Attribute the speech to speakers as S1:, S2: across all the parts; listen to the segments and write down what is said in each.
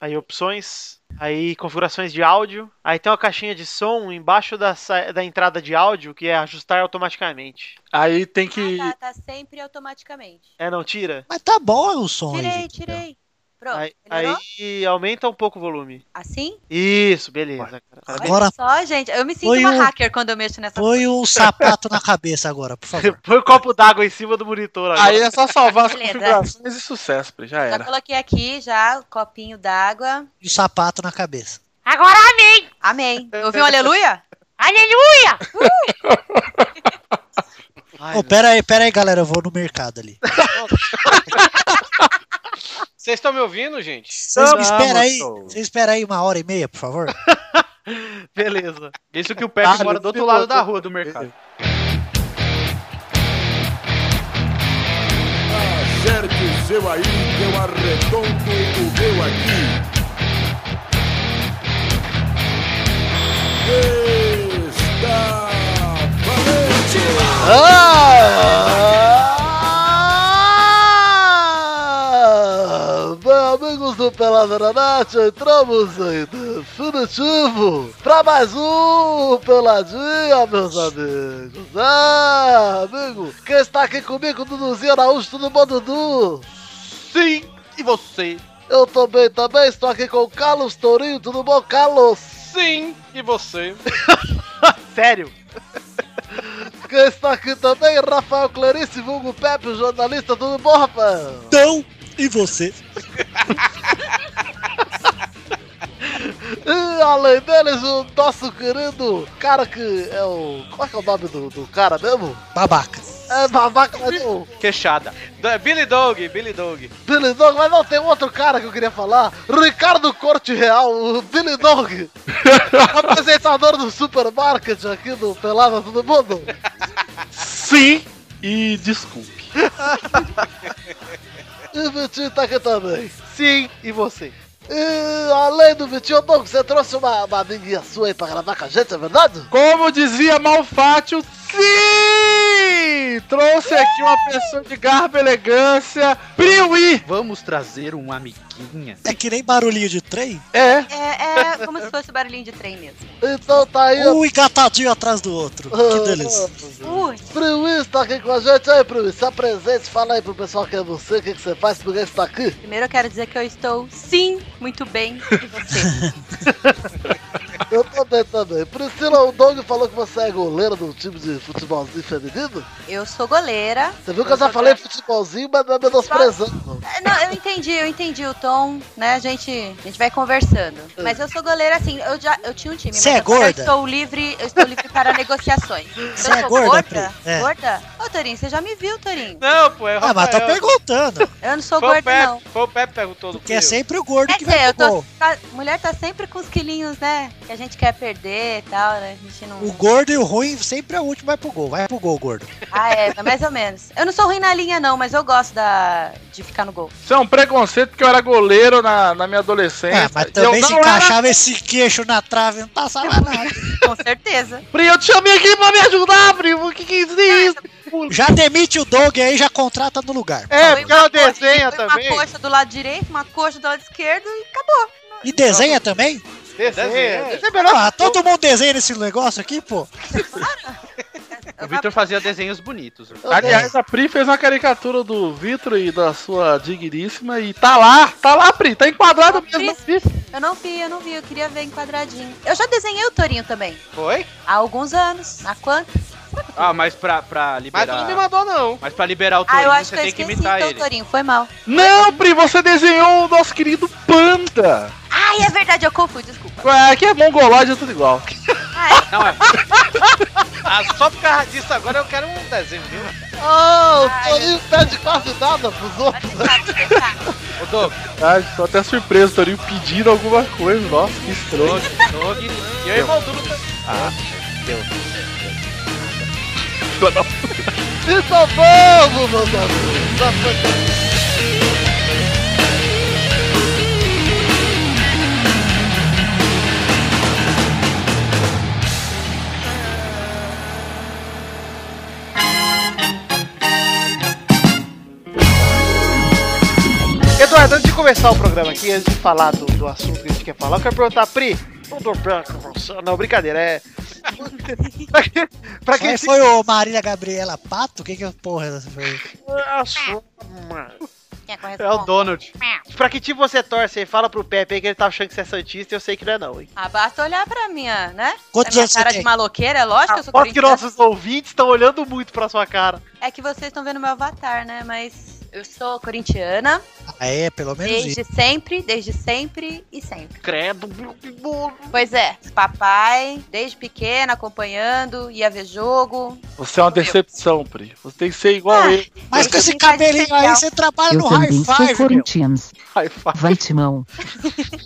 S1: aí opções, aí configurações de áudio, aí tem uma caixinha de som embaixo da, sa- da entrada de áudio que é ajustar automaticamente.
S2: Aí tem que.
S3: Ah, tá, tá sempre automaticamente.
S1: É, não tira?
S4: Mas tá bom o som aí,
S3: Tirei,
S4: gente.
S3: tirei. Pronto,
S1: Aí,
S3: melhorou?
S1: aí aumenta um pouco o volume.
S3: Assim?
S1: Isso, beleza. cara. Parabéns.
S4: Agora
S3: Só, gente. Eu me sinto
S4: Foi
S3: uma
S4: um-
S3: hacker quando eu mexo nessa
S4: põe um sapato na cabeça agora, por favor.
S1: Põe um copo d'água em cima do monitor agora.
S2: Aí é só salvar as
S3: tá. Beleza.
S2: configurações e sucesso, Pri, já
S3: Já
S2: era.
S3: coloquei aqui já o copinho d'água.
S4: E o sapato na cabeça.
S3: Agora amém! Amém. Ouviu um aleluia? Aleluia!
S1: Ai,
S4: Ô, pera aí, pera aí, galera. Eu vou no mercado ali.
S5: Vocês estão me ouvindo, gente?
S4: Vocês me
S2: Vamos,
S4: esperam aí.
S2: show.
S4: Vocês esperam aí uma hora e meia, por favor.
S1: beleza.
S5: Isso que o Pepe
S2: Ah,
S5: mora
S2: eu
S5: do outro
S2: fico-
S5: lado da rua do mercado.
S6: Acerte o seu aí, que eu arredondo o meu aqui. Está valente!
S7: Ah! Bem, amigos do Pelada na Net, entramos em definitivo pra mais um Peladinha, meus amigos. Ah, amigo, quem está aqui comigo, Duduzinho Araújo, tudo bom, Dudu?
S5: Sim, e você?
S7: Eu também, também estou aqui com o Carlos Tourinho, tudo bom, Carlos?
S5: Sim, e você?
S1: Sério?
S7: Quem está aqui também, Rafael Clarice, vulgo Pepe, jornalista, tudo bom, Rafael?
S4: Então, e você?
S7: E além deles, o nosso querido cara que é o. Qual é, que é o nome do, do cara mesmo?
S4: Babaca.
S7: É babaca, mas não.
S5: Queixada. Da- Billy Dog, Billy Dog.
S7: Billy Dog, mas não, tem um outro cara que eu queria falar. Ricardo Corte Real, o Billy Dog. apresentador do supermarket aqui do Pelada Todo Mundo.
S2: Sim e desculpe.
S7: E o Vitinho tá aqui também.
S1: Sim, e você?
S7: E além do Vitinho, Doug, você trouxe uma, uma amiguinha sua aí pra gravar com a gente, é verdade?
S2: Como dizia Malfátio, sim! Trouxe aqui uma pessoa de garbo e elegância, Priuí!
S5: Vamos trazer uma amiguinha.
S4: É que nem barulhinho de trem.
S2: É,
S3: É, é como se fosse o barulhinho de trem mesmo.
S7: Então tá aí.
S4: Um engatadinho atrás do outro. Uh,
S7: Ah.
S4: Que delícia.
S3: Ui,
S7: Priuí tá aqui com a gente aí, Priuí. Se apresente, fala aí pro pessoal quem é você, o que, que você faz, por que você tá aqui.
S3: primeiro eu quero dizer que eu estou, sim, muito bem. E você?
S7: Eu também, também. Priscila, o Doug falou que você é goleira do time de futebolzinho feminino.
S3: Eu sou goleira.
S7: Você viu que eu já falei futebolzinho, mas não é menosprezando.
S3: É, Não, eu entendi, eu entendi o tom, né? A gente, a gente vai conversando. Mas eu sou goleira, assim, eu já eu tinha um time.
S4: Você
S3: mas
S4: é
S3: agora
S4: gorda?
S3: Eu estou livre, eu estou livre para negociações.
S4: Você
S3: eu
S4: é
S3: sou
S4: gorda,
S3: gorda?
S4: Pri? É.
S3: Gorda? Ô, Torinho, você já me viu, Torinho?
S5: Não, pô, é o
S4: Ah, mas tô
S5: Rafael.
S4: perguntando.
S3: Eu não sou
S5: Foi o
S3: gorda,
S5: Pepe,
S3: não.
S5: foi o Pepe que perguntou do
S4: Que é sempre o gordo
S3: Quer
S4: que vai
S3: dizer, eu
S4: pro
S3: tô,
S4: gol.
S3: tá- mulher tá sempre com os quilinhos, né? Que a gente quer perder e tal, né? A gente não.
S4: O gordo e o ruim sempre é o último, vai pro gol. Vai pro gol, gordo.
S3: Ah, é, mas mais ou menos. Eu não sou ruim na linha, não, mas eu gosto da... de ficar no gol.
S2: Isso é um preconceito porque eu era goleiro na, na minha adolescência.
S4: Ah, mas
S2: E
S4: também
S2: eu
S4: se
S2: não era-
S4: encaixava esse queixo na trave, não passava nada.
S3: Com certeza.
S7: Pri, eu te chamei aqui pra me ajudar, Pri. O que que é isso?
S4: Já demite o Doug aí, já contrata no lugar.
S1: É,
S3: Põe
S1: porque ela
S3: uma coxa-
S1: desenha
S3: põe
S1: também.
S3: Uma coxa do lado direito, uma coxa do lado esquerdo e
S4: E desenha também?
S1: Desenha.
S5: Desenha.
S1: Isso é melhor.
S4: Ah, todo mundo desenha nesse negócio aqui, pô.
S3: acabou.
S5: O Victor fazia desenhos bonitos.
S2: Aliás, a Pri fez uma caricatura do Vitro e da sua digníssima e tá lá, tá lá, Pri, tá enquadrado
S3: Ó,
S2: mesmo.
S3: Pri. Eu não vi, eu não vi, eu queria ver enquadradinho. Eu já desenhei o Torinho também,
S5: Foi?
S3: há alguns anos. Há quanto?
S5: Ah, mas pra, pra
S2: Mas
S5: liberar.
S2: tu não me mandou, não.
S5: Mas pra liberar o
S3: Ah,
S5: Torinho,
S3: eu acho
S5: você
S3: que eu
S5: tem que
S3: esqueci
S5: imitar
S3: então,
S5: ele.
S3: Torinho, foi mal.
S2: Não, Pri, você desenhou o nosso querido Panda.
S3: Ai, é verdade, eu confundi, desculpa.
S2: Ué, que é mongolóide, é tudo igual.
S5: Não, é. Ah, só por causa disso agora eu quero um desenho, viu?
S7: Ah, o Toninho pede quase nada pros outros.
S3: Pode deixar, pode deixar.
S5: Ô, Doug,
S2: Ah, tô até surpreso, o Torinho pedindo alguma coisa. Nossa, que estranho.
S5: Doug, Doug. E eu e o Malduno também.
S7: Então vamos, meus amigos. Já foi
S5: Eduardo, antes de
S1: começar o programa aqui, antes de falar do, do assunto que a gente quer falar, eu quero perguntar, Pri, tudo bem com você? Não, brincadeira, é. pra quem, pra quem
S4: Mas É, foi o Marília Gabriela Pato? O que que porra essa foi?
S1: a sua mãe.
S3: Quem é
S2: É o Donald.
S1: Pra que time você torce aí? Fala pro Pepe aí que ele tá achando que você é Santista e eu sei que não é não, hein?
S3: Ah, basta olhar pra minha, né?
S4: Quantos
S3: pra minha
S4: anos você
S3: cara
S4: tem?
S3: de maloqueira, é lógico que
S5: Ah,
S3: eu sou
S1: Aposto que
S3: corintiana.
S1: nossos ouvintes estão olhando muito pra sua cara.
S3: É que vocês estão vendo meu avatar, né? Mas eu sou corintiana
S4: Ah, é, pelo menos isso.
S3: desde sempre, desde sempre e sempre.
S1: Credo, meu Deus.
S3: Pois é, papai, desde pequena, acompanhando, ia ver jogo.
S2: Você é uma decepção, Pri. Você tem que ser igual
S3: Ah.
S2: a ele.
S4: Mas com esse cabelinho aí, você trabalha
S8: Eu
S4: no High
S8: também sou
S4: Five, meu.
S8: corintianos.
S2: High five.
S8: Vai, Timão.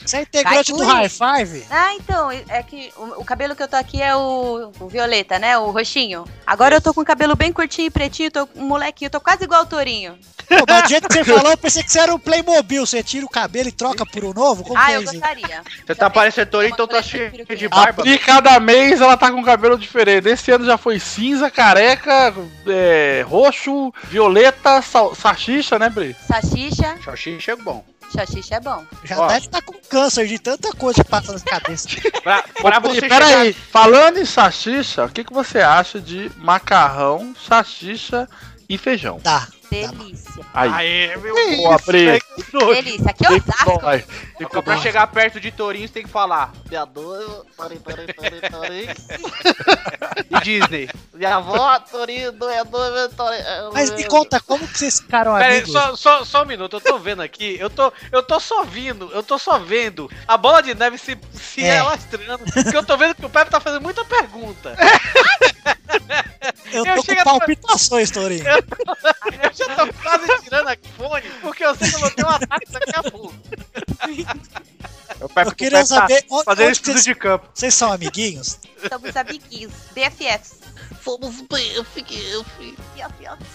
S4: Você é integrante
S3: Vai,
S4: do
S3: Tui.
S4: High Five?
S3: Ah, então, é que o, o cabelo que eu tô aqui é o, o violeta, né? O roxinho. Agora eu tô com o cabelo bem curtinho e pretinho, tô um molequinho, tô quase igual o Tourinho.
S4: Pô, mas do jeito que você falou, eu pensei que você era um Playmobil. Você tira o cabelo e troca por um novo? Como que
S3: Ah,
S4: é
S3: eu
S4: isso?
S3: gostaria.
S5: Você tá parecendo Torinho, então tá cheio de
S2: A
S5: barba.
S2: Pri, cada mês, ela tá com um cabelo diferente. Esse ano já foi cinza, careca, é, roxo, violeta, sal, sachicha, né, Pri?
S3: Sachicha,
S5: Xoxinho chega é bom.
S3: sachicha é bom.
S4: Já
S5: Ó.
S4: deve estar com câncer de tanta coisa que passa na cabeça.
S5: Pra, pra você
S2: Pri, peraí, falando em sachicha, o que, que você acha de macarrão, sachicha e feijão?
S4: Tá.
S3: Delícia.
S2: Aí.
S5: Aê, meu
S2: Boa, Pri.
S3: Delícia. Aqui é
S2: Tá Muito bom,
S3: Osasco.
S2: aí.
S5: Pra pra chegar perto de Torinho, você tem que falar.
S7: Minha dor, tori, tori, tori, tori.
S5: E Disney.
S7: Minha avó, tori, doedor, tori.
S4: Mas me conta, como que vocês ficaram
S5: Pera aí,
S4: amigos?
S5: só, só, só um minuto, eu tô vendo aqui, eu tô, eu tô só vindo, eu tô só vendo a bola de neve se, se
S4: É.
S5: alastrando, porque eu tô vendo que o Pepe tá fazendo muita pergunta.
S4: eu
S5: eu
S4: tô
S5: chego
S4: com
S5: a-
S4: palpitações, Torinho.
S5: Eu já tô quase tirando aqui fone, porque eu sei que eu vou ter um ataque daqui a pouco.
S2: O Pepe-
S4: Eu queria
S2: o Pepe tá
S4: saber onde,
S2: Fazendo
S4: onde
S2: estudo
S4: vocês,
S2: de campo.
S4: vocês são amiguinhos?
S3: Somos amiguinhos. BFFs.
S7: Somos bem, eu fiquei, eu fiquei.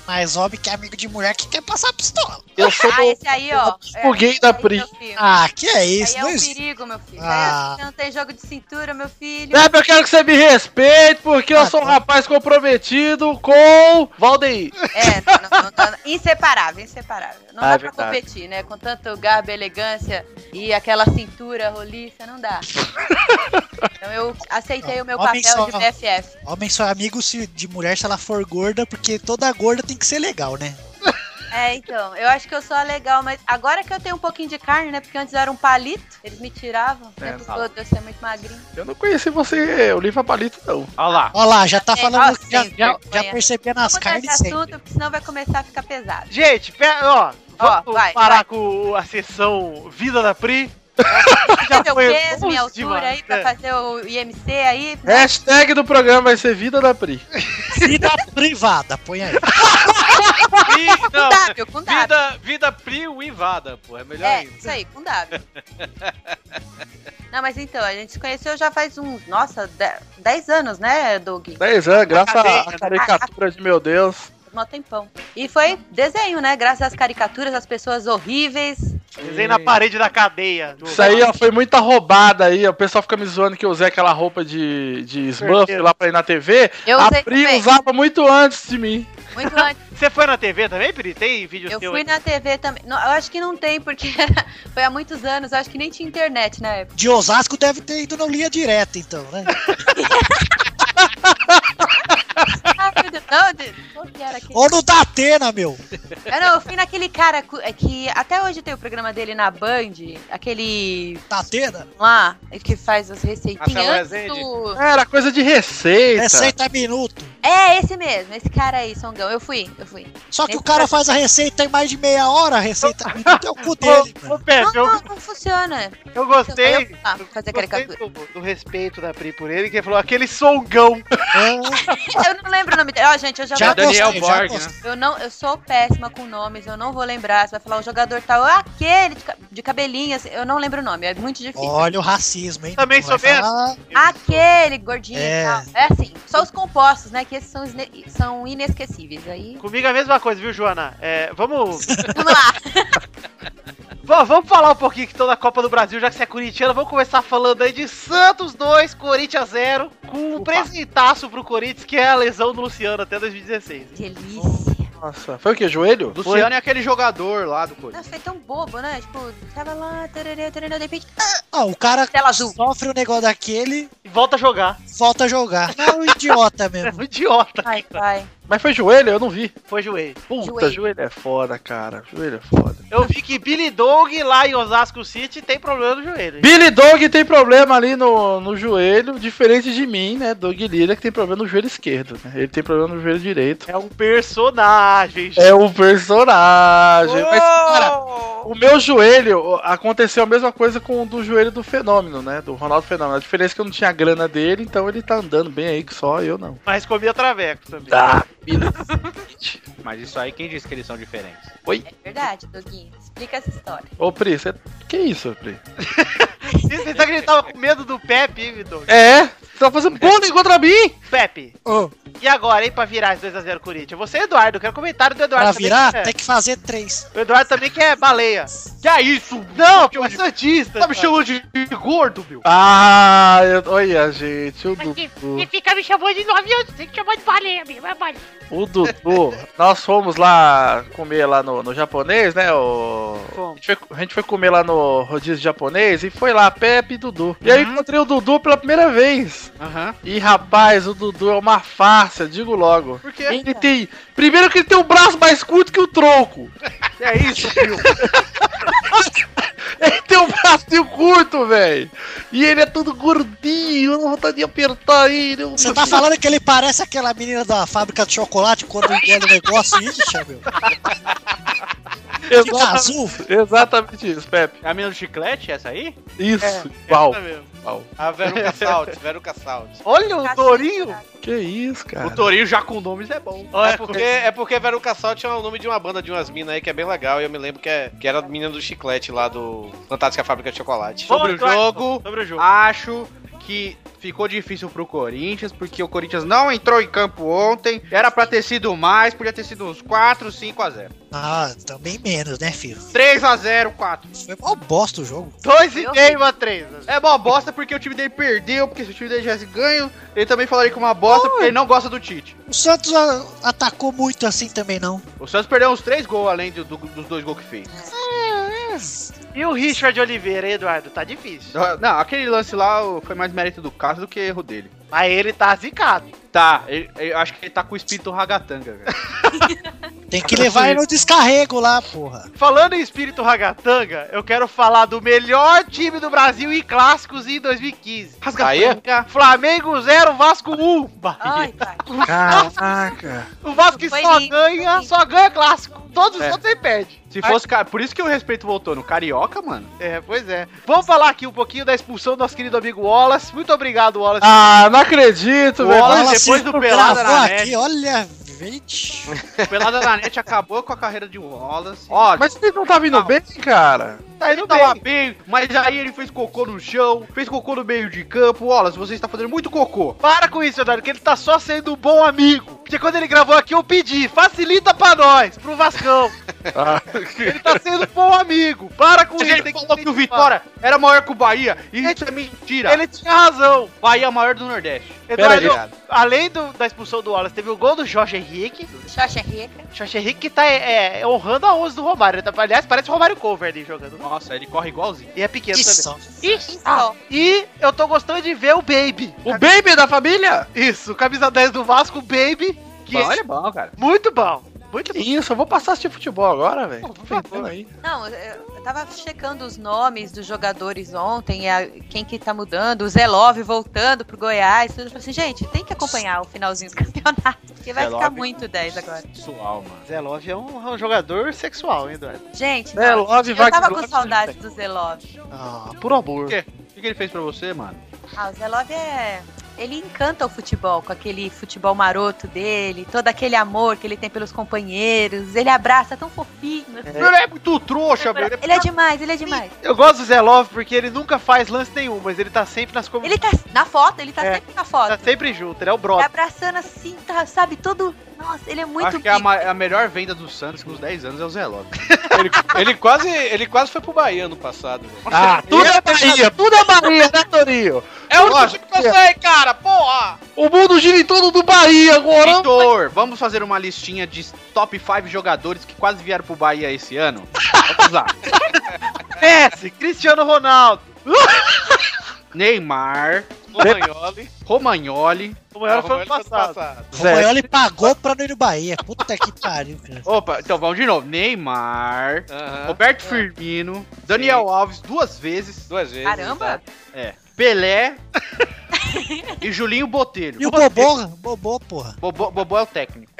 S4: Mas homem que é amigo de mulher que quer passar pistola.
S2: Eu sou
S3: Ah, esse aí, ó. É,
S2: o gay da
S3: esse aí,
S2: Pri.
S3: meu filho.
S4: Ah, que é isso?
S3: Aí é
S4: não
S3: um
S4: existe.
S3: perigo, meu filho.
S4: Ah.
S3: Aí Você não tem jogo de cintura, meu filho.
S2: Pepe, eu quero que você me respeite, porque eu
S4: Ah,
S2: sou um
S4: tá.
S2: rapaz comprometido com Valdeir.
S3: É, não, não, não, não. inseparável, inseparável. Não
S2: Ah,
S3: dá
S2: é
S3: pra
S2: verdade.
S3: competir, né? Com tanto garbo, elegância e aquela cintura roliça, não dá. Então eu aceitei o meu
S4: Homem
S3: papel
S4: só-
S3: de BFF.
S4: Homem só é amigo se- de mulher se ela for gorda, porque toda gorda tem que ser legal, né?
S3: É, então, eu acho que eu sou a legal, mas agora que eu tenho um pouquinho de carne, né? Porque antes eu era um palito, eles me tiravam. né? O
S5: É,
S3: tempo
S5: fala.
S3: todo eu ser muito magrinho.
S2: Eu não conheci você, Olivia Palito, não.
S5: Olha lá.
S4: Olha lá, já tá
S3: É,
S4: falando
S3: ó,
S4: que já,
S3: sim,
S4: já,
S3: vergonha.
S4: já percebia nas
S3: Vamos mudar esse
S4: carnes sempre.
S3: assunto, porque senão vai começar a ficar pesado.
S1: Gente, pe- ó,
S3: Ó,
S1: vamos
S3: vai,
S1: parar
S3: vai.
S1: com a sessão Vida da Pri.
S3: Fazer o
S1: foi
S3: peso, minha
S1: longe
S3: altura aí, pra
S1: demais,
S3: fazer o IMC aí.
S2: É. Hashtag do programa vai ser Vida da Pri.
S4: Vida privada, põe aí.
S5: Vi-
S3: Com
S5: não,
S3: W, com W.
S5: vida, vida priuivada, pô, é melhor
S3: tá É,
S5: ainda.
S3: isso aí, com W. Não, mas então, a gente se conheceu já faz uns, nossa, de- 10 anos, né, Doug?
S2: 10 anos, graças à
S1: Cadeia,
S2: à caricatura de meu Deus.
S3: Mó Um tempão. E foi desenho, né? Graças às caricaturas, às pessoas horríveis.
S1: Desenho na parede da cadeia. Do-
S2: Isso aí ó, foi muita roubada aí. ó. O pessoal fica me zoando que eu usei aquela roupa de, de Smurf
S1: Certeza.
S2: lá pra ir na TV.
S3: Eu
S2: a
S3: usei
S2: Pri
S3: também.
S2: usava muito antes de mim.
S3: Muito antes.
S1: Você foi na TV também, Pri? Tem vídeo
S3: Eu
S1: seu
S3: fui
S1: aí?
S3: na TV também. Não, eu acho que não tem, porque era- foi há muitos anos. Eu acho que nem tinha internet na época.
S4: De Osasco deve ter ido na linha direta, então, né?
S3: Ah, meu Deus. Não, de- qual que era aquele?
S4: Ou no Datena, meu.
S3: Eu não, eu fui naquele cara cu- é que até hoje tem o programa dele na Band, aquele
S4: Datena?
S3: lá que faz as receitinhas
S5: Marcelo
S3: antes
S5: Rezende.
S3: do...
S2: Era coisa de receita.
S4: Receita minuto.
S3: É, esse mesmo, esse cara aí, Songão. Eu fui, eu fui.
S4: Só que
S3: Esse
S4: o cara
S3: cara-
S4: faz a receita em mais de meia hora, a receita a minuto é o cu
S1: Ô, ô,
S4: dele, mano.
S3: Não,
S1: Pepe, É, eu,
S3: não, não funciona.
S1: eu gostei.
S3: Eu- ah, fazer
S1: eu gostei
S3: caricatura.
S1: do, do respeito da Pri por ele, que ele falou aquele songão.
S4: Ah,
S3: Eu não lembro o nome dele. Ó, gente, eu já,
S4: já
S5: É
S3: vou...
S5: Daniel
S4: gostei, já
S5: Borg,
S4: gostei.
S3: Eu, não, eu sou péssima com nomes, eu não vou lembrar. Você vai falar o jogador tal, ah, aquele de, ca- de cabelinho, assim, eu não lembro o nome, é muito difícil. "Ah,
S4: Olha o racismo, hein?
S1: Também
S4: Vai
S1: sou mesmo.
S4: falar-
S3: Aquele gordinho
S4: É.
S3: e tal. É assim, só os compostos, né? Que esses são, esne- são inesquecíveis. Aí.
S1: Comigo é a mesma coisa, viu, Joana? É, vamos, v-
S3: Vamos lá.
S1: vamos falar um pouquinho que tô na Copa do Brasil, já que você é corintiano. Vamos começar falando aí de Santos 2, Corinthians 0, com um presentaço pro Corinthians, que é a lesão do Luciano até 2016.
S3: Delícia.
S2: Nossa, foi o que? Joelho?
S5: Luciano é aquele jogador lá do Corinthians.
S3: Nossa, foi tão bobo, né? Tipo, tava lá, tererê, tererê, de repente.
S4: Ah, o cara
S3: Tela azul.
S4: sofre um negócio daquele,
S1: E volta a jogar.
S4: volta a jogar. É um idiota mesmo.
S1: Um idiota.
S3: Ai, pai.
S2: Mas foi joelho? Eu não vi.
S1: Foi joelho.
S2: Puta,
S3: Joelho.
S2: joelho, é foda, cara. Joelho é foda.
S1: Eu vi que Billy Dog lá em Osasco City tem problema no joelho.
S2: Billy Dog tem problema ali no, no joelho, diferente de mim, né? Dog Lira que tem problema no joelho esquerdo, né? Ele tem problema no joelho direito.
S1: É um personagem. gente.
S2: É um personagem. Mas, cara, o meu joelho aconteceu a mesma coisa com o do joelho do fenômeno, né? Do Ronaldo Fenômeno. A diferença é que eu não tinha grana dele, então ele tá andando bem aí que só eu
S5: É.
S2: não.
S1: Mas comia traveco também.
S2: Tá.
S5: Mas isso aí, quem disse que eles são diferentes?
S3: É verdade, Doguinho. Explica essa história.
S2: Ô, Pri, você. Que isso, Pri?
S1: Você você tá que ele tava com medo do Pepe, hein, Vitor?
S2: É? Você tá fazendo bullying contra mim?
S1: Pepe,
S4: Ô,
S1: e agora, hein, pra virar as 2x0 Corinthians? Você, Eduardo, eu quero comentário do Eduardo
S4: pra
S1: também,
S4: virar,
S1: que é-
S4: tem que fazer três.
S1: O Eduardo também que é baleia.
S5: Que é isso?
S1: Não, pô, é Santista.
S5: Tá me
S1: Sabe,
S5: chamando de de gordo, meu?
S2: Ah, eu- olha, gente, o Dudu.
S8: E fica me chamando de nove anos, tem que chamar de baleia, amigo. É baleia.
S2: O Dudu, nós fomos lá comer lá no, no japonês, né? O... A,
S1: Fomos.
S2: gente foi, a gente foi comer lá no rodízio japonês e foi lá, Pepe e Dudu. E aí eu encontrei o Dudu pela primeira vez.
S5: Uhum. Aham.
S2: E rapaz, o Dudu é uma farsa, digo logo.
S5: Por
S1: é
S5: quê?
S2: Ele tem. Primeiro que ele tem o braço mais curto que o tronco.
S5: É isso, filho.
S2: Ele tem um bracinho curto, velho. E ele é todo gordinho, eu não vontade de apertar ele. eu-
S4: Você tá falando que ele parece aquela menina da fábrica de chocolate quando engana o negócio? Ixi, meu. Fica
S2: Exa-
S4: azul.
S2: Exatamente isso, Pepe.
S5: É a menina do chiclete, essa aí? É
S2: Isso, igual.
S1: tá mesmo.
S2: igual.
S5: A Veruca Salt, Veruca Salt.
S1: Olha
S7: um
S1: o
S3: Cacete,
S1: Torinho.
S3: cara.
S2: Que isso, cara.
S5: O Torinho já com nomes é bom.
S9: É porque, é porque Veruca Salt é o nome de uma banda de umas minas aí que é bem legal. E eu me lembro que, é, que era a menina do chiclete lá do Fantástica Fábrica de Chocolate.
S5: Sobre o
S1: Eduardo,
S5: jogo,
S1: Sobre o jogo.
S5: acho que ficou difícil pro Corinthians, porque o Corinthians não entrou em campo ontem. Era pra ter sido mais, podia ter sido uns 4, 5 a 0.
S4: Ah, também menos, né, filho?
S5: 3 a 0, 4.
S4: Foi mó bosta o jogo.
S1: 2,5 a 3.
S5: É uma bosta porque o time dele perdeu, porque se o time dele tivesse ganho, ele também falaria que é uma bosta porque ele não gosta do Tite.
S4: O Santos ah, atacou muito assim também, não.
S5: O Santos perdeu uns 3 gols além do- do- dos dois gols que fez.
S1: E o Richard Oliveira, hein, Eduardo? Tá difícil.
S5: Não, aquele lance lá foi mais mérito do caso do que erro dele.
S1: Mas ele tá zicado.
S5: Tá, ele- eu acho que ele tá com o espírito ragatanga, velho.
S4: Tem que levar ele no descarrego lá, porra.
S1: Falando em espírito ragatanga, eu quero falar do melhor time do Brasil em clássicos em 2015.
S9: Aí é?
S1: Rasga- Flamengo 0, Vasco 1.
S3: Ai, pai.
S2: Caraca.
S1: O Vasco que
S3: Foi
S1: só
S3: lindo, foi
S1: ganha,
S3: lindo.
S1: só ganha clássico. Todos os
S5: É.
S1: outros ele perde.
S5: Se fosse. ca- Por isso que o respeito voltou no Carioca, mano.
S1: É, pois é. Vamos falar aqui um pouquinho da expulsão do nosso querido amigo Wallace. Muito obrigado, Wallace.
S2: Ah, não acredito,
S5: O
S2: velho.
S5: Wallace
S4: Fala
S5: depois
S4: assim,
S5: do Pelada
S4: gravou
S5: na
S4: aqui,
S5: Net.
S4: olha, gente.
S5: O Pelada na Net acabou com a carreira de Wallace. Ó,
S2: Mas ele não tá vindo bem, cara.
S1: tá
S5: ele tava bem, mas aí ele fez cocô no chão, fez cocô no meio de campo. Wallace, você está fazendo muito cocô.
S1: Para com isso, Eduardo, que ele tá só sendo um bom amigo. Porque quando ele gravou aqui, eu pedi, facilita pra nós, pro Vascão.
S2: Ah.
S1: ele tá sendo um bom amigo. Para com isso.
S5: Ele
S1: tem
S5: falou que o
S1: incentivar.
S5: Vitória era maior que o Bahia. E isso é mentira.
S1: Ele tinha razão.
S5: Bahia é maior do Nordeste.
S2: Pera
S1: Eduardo,
S2: aí.
S1: além do- da expulsão do Wallace, teve o gol do Jorge Henrique.
S3: Xoxa Rica.
S1: Jorge Henrique que tá é, é, honrando a 11 do Romário. Ele tá- Aliás, parece o Romário Cover ali jogando.
S5: Nossa, ele corre igualzinho.
S1: E é pequeno
S4: Que
S1: também.
S4: só.
S8: Ixi,
S3: Ah.
S1: E eu tô gostando de ver o Baby.
S2: O baby é da família?
S1: Isso, camisa 10 do Vasco, o Baby. Que
S5: Bom, ele é bom, cara.
S1: Muito bom. Muito
S2: Que
S1: bom.
S2: isso, eu vou passar assistir futebol agora, velho.
S1: Por favor.
S2: aí.
S3: Não, eu, eu tava checando os nomes dos jogadores ontem, a- quem que tá mudando, o Zé Love voltando pro Goiás, tudo. Eu falei assim, gente, tem que acompanhar o finalzinho do campeonato, porque vai
S5: Zé
S3: ficar
S5: Love.
S3: muito 10
S5: é
S3: agora.
S5: Sual, mano.
S1: Zé Love é um, é um jogador sexual, hein, Eduardo?
S3: Gente,
S2: É,
S3: nossa,
S2: Love vai
S3: eu tava
S2: que
S3: com
S2: gosta,
S3: saudade do Zé Love.
S1: Ah, por amor.
S5: O que que ele fez pra você, mano?
S3: Ah, o Zé Love é... Ele encanta o futebol, com aquele futebol maroto dele, todo aquele amor que ele tem pelos companheiros, ele abraça é tão fofinho.
S5: Ele é muito trouxa, velho.
S3: Ele é demais, ele é demais.
S1: Eu gosto do Zé Love porque ele nunca faz lance nenhum, mas ele tá sempre nas
S3: Ele
S1: comunidades.
S3: tá na foto, ele tá
S1: É.
S3: sempre na
S1: Tá
S3: foto.
S1: sempre junto, ele é o
S3: Tá
S1: brother.
S3: abraçando assim, tá, sabe, todo. Nossa, ele é muito
S5: Acho que a,
S3: pica.
S5: ma- a melhor venda do Santos nos 10 anos é o Zé Love.
S9: Ele, ele quase, ele quase foi pro Bahia no passado. velho.
S2: Ah, tudo é Bahia, tudo é Bahia, né, Torinho?
S5: É o único time que eu sei, cara, porra!
S2: O O mundo gira em torno do Bahia agora.
S5: Vitor, vamos fazer uma listinha de top 5 jogadores que quase vieram pro Bahia esse ano? Vamos lá.
S1: Messi, Cristiano Ronaldo.
S5: Neymar,
S9: Romagnoli.
S5: Romagnoli.
S1: É, O maior
S9: Ah,
S1: foi ano
S9: Romagnoli do
S1: passado.
S4: O Maioli pagou pra não ir no Bahia. Puta que pariu, cara.
S5: Opa, então vamos de novo. Neymar,
S9: Aham.
S5: Roberto Firmino, Daniel Alves duas vezes,
S9: Duas vezes.
S3: Caramba!
S5: Pelé e Julinho Botelho.
S4: E o Bobô, Bobô, porra.
S5: Bobô, Bobô é o técnico.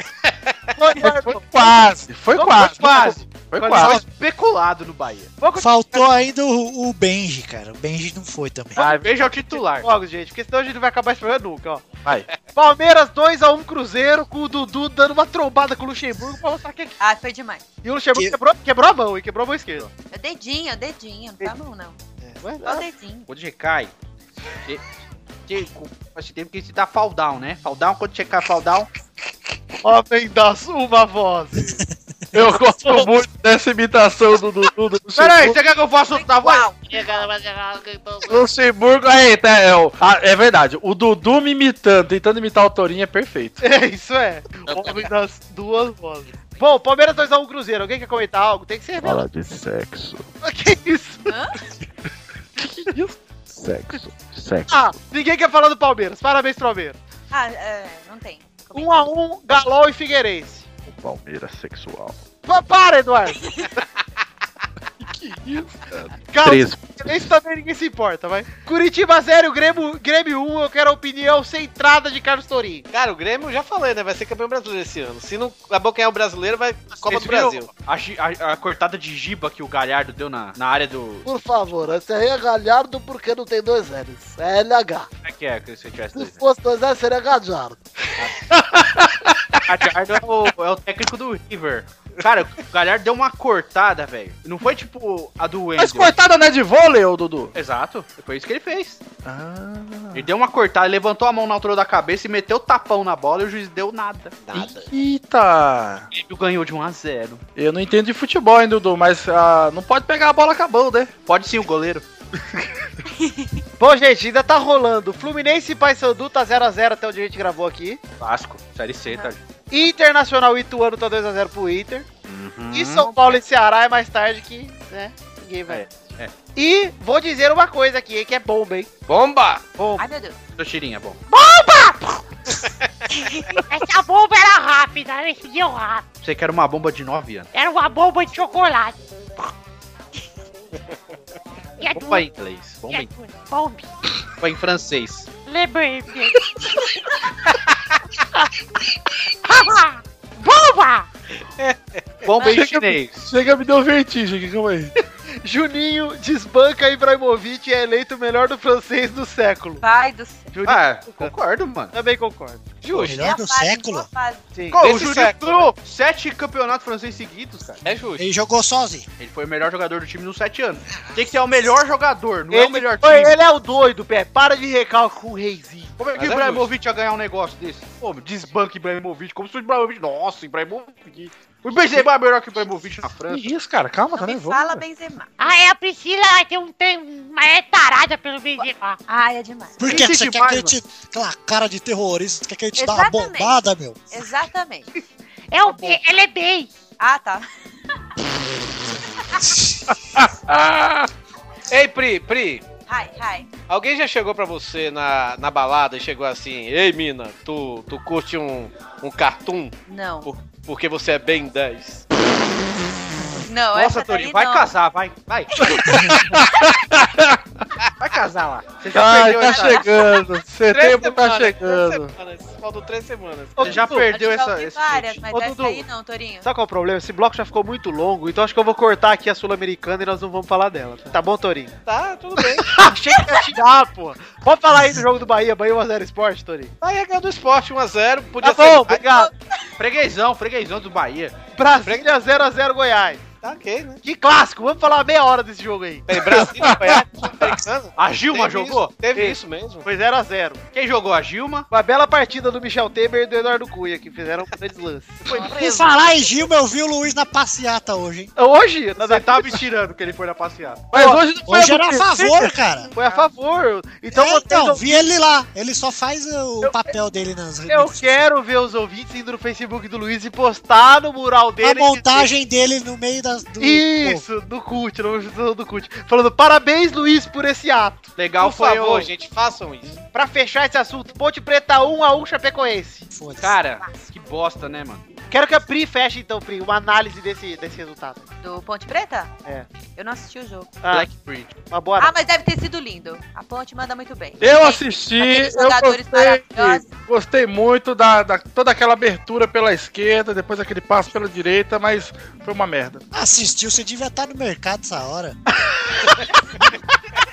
S1: Foi, Marcão.
S2: Quase, foi quase.
S5: Quase.
S4: É
S2: Foi
S5: Foi só
S2: quase.
S5: especulado no Bahia.
S4: Faltou ainda o, o Benji, cara. O Benji não foi também.
S5: Ah, Veja o titular.
S1: Logo, gente, porque senão a gente não vai acabar esse programa nunca, ó. Palmeiras 2x1 Cruzeiro, com o Dudu dando uma trombada com o Luxemburgo pra mostrar que.
S3: Ah, foi demais.
S1: E o Luxemburgo
S4: Que-
S1: quebrou, quebrou a mão, e quebrou a mão esquerda.
S3: É dedinho, é dedinho. Não tá a mão, não.
S1: Ué,
S3: Só o dedinho.
S5: Quando checai, che- che- faz tempo que se dá fall down, né? Fall down, quando checar fall down,
S1: Homem das uma voz.
S2: Eu gosto muito dessa imitação do Dudu do
S5: Peraí,
S2: Luxemburgo.
S5: você quer que eu faça o voz?
S3: Uau!
S2: Luxemburgo, aí, tá, é, o- ah, é verdade. O Dudu me imitando, tentando imitar o Torinho é perfeito.
S1: É, isso é. Homem das duas vozes. Bom, Palmeiras 2x1 Cruzeiro. Alguém quer comentar algo? Tem que ser. Fala de sexo. Que isso?
S3: Hã?
S1: Sexo. Sexo. Ah, ninguém quer falar do Palmeiras. Parabéns, Palmeiras.
S3: Ah, é, não tem.
S1: 1x1 Galol e Figueirense. O Palmeiras sexual. Para, Eduardo. que isso? Galol e Figueirense também ninguém se importa, vai. Curitiba 0, Grêmio, Grêmio 1. Eu quero a opinião centrada de Carlos Torinho.
S9: Cara, o Grêmio, eu já falei, né? Vai ser campeão brasileiro esse ano. Se não abocanhar o brasileiro, vai Copa
S5: Vocês
S9: do
S5: viram
S9: Brasil.
S5: A, gi- a- a cortada de giba que o Galhardo deu na, na área do.
S7: Por favor, esse aí é Galhardo porque não tem dois L's. É Tá, LH.
S5: Como é que é que se eu tivesse
S7: Se
S5: dois?
S7: fosse dois L's, seria Gajardo.
S5: Galhardo é o, é o técnico do River. Cara, o Galhardo deu uma cortada, velho. Não foi tipo a do Wendel.
S2: Mas cortada não é de vôlei, ô Dudu?
S5: Exato, foi isso que ele fez.
S2: Ah,
S5: Ele deu uma cortada, levantou a mão na altura da cabeça e meteu o tapão na bola e o juiz deu nada.
S9: Nada.
S2: Eita!
S5: O Grêmio ganhou de 1 a 0
S2: Eu não entendo de futebol, hein, Dudu, mas ah, não pode pegar a bola com a mão, né?
S5: Pode sim o goleiro.
S1: Bom, gente, ainda tá rolando. Fluminense e Paysandu tá 0x0 até onde a gente gravou aqui.
S5: Vasco, Série C, tá?
S1: Internacional e Ituano tá 2x0 pro Inter.
S9: Uhum.
S1: E São Paulo e Ceará é mais tarde que, né, ninguém vai.
S5: É, é.
S1: E vou dizer uma coisa aqui, hein, que é bomba, hein.
S9: Bomba!
S1: Bomba.
S3: Ai, meu Deus.
S5: Do Tirinha, bom.
S8: Essa bomba era rápida, ela seguiu rápido.
S5: Você quer uma bomba de 9 anos.
S8: Era uma bomba de chocolate. E é
S5: Bomba
S8: dura,
S5: em inglês,
S8: e
S5: bomba
S8: é
S5: em,
S8: dura. Bomba.
S5: bomba em francês.
S8: Lembrei. bomba!
S5: Bomba em
S2: Chega-
S5: chinês.
S2: Chega, me deu vertigem aqui, calma aí.
S1: Juninho desbanca Ibrahimovic e é eleito o melhor do francês do século.
S3: Pai do céu.
S1: Juninho,
S5: Ah, concordo, mano.
S1: também concordo.
S9: Justo.
S4: Melhor do
S3: Boa fase,
S4: século.
S3: boa fase.
S1: Sim.
S5: Qual, o
S9: Desse
S5: Juninho
S9: século,
S5: ganhou sete campeonatos franceses seguidos, cara.
S9: É justo.
S4: Ele jogou sozinho.
S5: Ele foi o melhor jogador do time nos sete anos. Tem que ser o melhor jogador, não é o melhor
S1: foi-
S5: time.
S1: ele é o doido, Pé. Para de recalque com o reizinho.
S5: Como é que
S9: Mas
S5: o
S9: é
S5: Ibrahimovic ia ganhar um negócio desse? Pô, desbanca Ibrahimovic, como se o Ibrahimovic... Nossa, Ibrahimovic... O Benzema é melhor que o Ibrahimovic na França.
S2: Que isso, cara? Calma,
S3: Não
S2: tá
S3: me
S2: nervoso.
S3: fala
S2: velho.
S3: Benzema.
S8: Ah, é a Priscila, ela tem um tem uma é tarada pelo Benzema.
S3: Ai, é demais.
S4: Por que
S5: Gente
S4: que você quer
S5: demais,
S4: que eu te. Aquela cara de terrorista, tu quer que eu te dá uma
S3: Exatamente.
S4: bombada, meu?
S3: Exatamente.
S8: É o B, ele é bem.
S3: Ah, tá.
S9: Ei, Pri, Pri,
S3: Hi, hi.
S9: alguém já chegou pra você na, na balada e chegou assim, ei, mina, tu, tu curte um, um cartoon
S3: Não.
S9: por- porque você é bem 10?
S3: Não,
S5: Nossa,
S3: essa daí
S5: Torinho, vai
S3: não.
S5: casar, vai, vai. vai casar lá. Você já
S2: Ai,
S5: perdeu
S2: tá
S5: essa...
S2: chegando. Setembro tá chegando.
S9: Três semanas, faltam três semanas.
S1: Ô,
S5: Você já
S1: Dudu,
S5: perdeu
S3: Acho que eu
S5: essa...
S3: ouvi
S5: esse
S3: várias,
S5: chute.
S3: mas
S1: Ô,
S3: essa
S1: Dudu.
S3: aí não, Torinho.
S1: Sabe qual é o problema? Esse bloco já ficou muito longo, então acho que eu vou cortar aqui a Sul-Americana e nós não vamos falar dela. Tá bom, Torinho?
S9: Tá, tudo bem.
S1: Achei que ia xingar, pô. Pode falar aí do jogo do Bahia, Bahia 1x0 Esporte, Torinho.
S9: Aí é ganhou do esporte 1x0,
S1: Tá
S9: podia
S1: bom,
S9: ser.
S1: obrigado.
S5: Freguesão, freguesão do Bahia.
S1: Brasília 0x0 Goiás.
S9: Tá ok, né?
S1: Que clássico, vamos falar meia hora desse jogo aí.
S9: Peraí, Brasil, Goiás, Sul-Americano?
S5: A Gilma
S9: Teve
S5: jogou?
S9: isso- teve
S5: Ei,
S9: isso mesmo.
S1: Foi 0x0.
S5: Quem jogou? A Gilma?
S1: Uma bela partida do Michel Temer e do Eduardo Cunha, que fizeram um grande lance. Foi
S4: Por
S1: preso.
S4: falar em Gilma, eu vi o Luiz na passeata hoje, hein?
S1: Hoje, você
S5: tá
S1: tava me tirando que ele foi na passeada.
S2: Mas hoje não foi
S4: Hoje era a
S2: do
S4: favor, cara.
S1: Foi a favor. Então,
S4: É,
S1: vocês,
S4: então,
S1: ouvintes,
S4: vi ele lá. Ele só faz o papel dele nas redes
S1: eu
S4: sociais.
S1: quero ver os ouvintes indo no Facebook do Luiz e postar no mural dele.
S4: A
S1: e dizer-
S4: montagem dele no meio das. Do...
S1: Isso, do cult, na manifestação do cult. Falando, parabéns, Luiz, por esse ato.
S5: Legal
S9: Por
S5: foi
S9: favor,
S5: o...
S9: gente, façam isso.
S1: Pra fechar esse assunto, Ponte Preta 1x1 Chapecoense.
S4: Pô, Foda-se.
S5: Cara, que bosta, né, mano?
S1: Quero que a Pri feche, então, Pri, uma análise desse, desse resultado.
S3: Do Ponte Preta?
S1: É.
S3: Eu não assisti o jogo.
S1: Ah,
S5: Blackbridge.
S1: uma boa
S3: Ah,
S1: análise.
S3: mas deve ter sido lindo. A Ponte manda muito bem.
S2: Eu
S3: Tem
S2: assisti,
S3: aqueles
S2: eu
S3: jogadores
S2: gostei,
S3: maravilhosos.
S2: gostei muito da, da- toda aquela abertura pela esquerda, depois aquele passo pela direita, mas foi uma merda.
S4: Assistiu, você devia estar no mercado essa hora.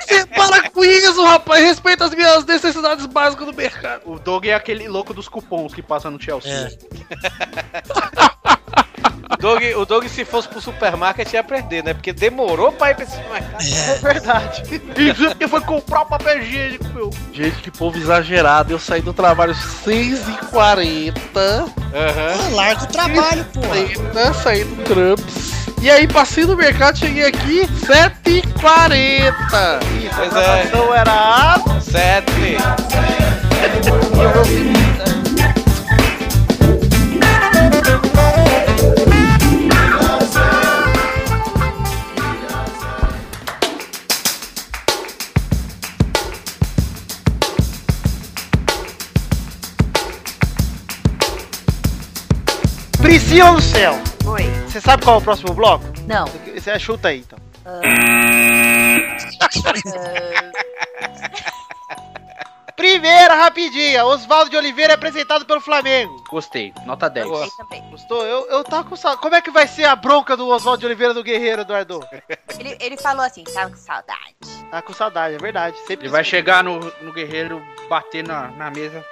S2: Você para com isso, rapaz! Respeita as minhas necessidades básicas do mercado.
S5: O Doug é aquele louco dos cupons que passa no Chelsea.
S4: É.
S9: O Doug, o Doug, se fosse pro supermarket, ia perder, né? Porque demorou pra ir pra esse supermercado.
S1: É verdade.
S5: Isso porque foi comprar o papel higiênico, meu.
S2: Gente, que povo exagerado. Eu saí do trabalho 6h40,
S9: Aham.
S4: Ah, larga o trabalho, porra.
S2: né, saí do Trumps. E aí passei no mercado, cheguei aqui 7h40.
S9: Pois
S2: tá
S9: é,
S1: Então era a
S9: sete.
S1: Priscila do Céu.
S3: Oi.
S1: Você sabe qual é o próximo bloco?
S3: Não.
S1: Você chuta aí, então. Primeira, rapidinha. Oswaldo de Oliveira é apresentado pelo Flamengo.
S5: Gostei. Nota 10.
S9: Boa.
S3: Ele também.
S1: Gostou? Eu, eu tava com saudade. Como é que vai ser a bronca do Oswaldo de Oliveira do Guerreiro, Eduardo?
S3: Ele, ele falou assim, tava com saudade.
S1: Tá com saudade, é verdade. Sempre
S5: Ele vai
S1: escuta.
S5: chegar no, no guerreiro, bater na, na mesa.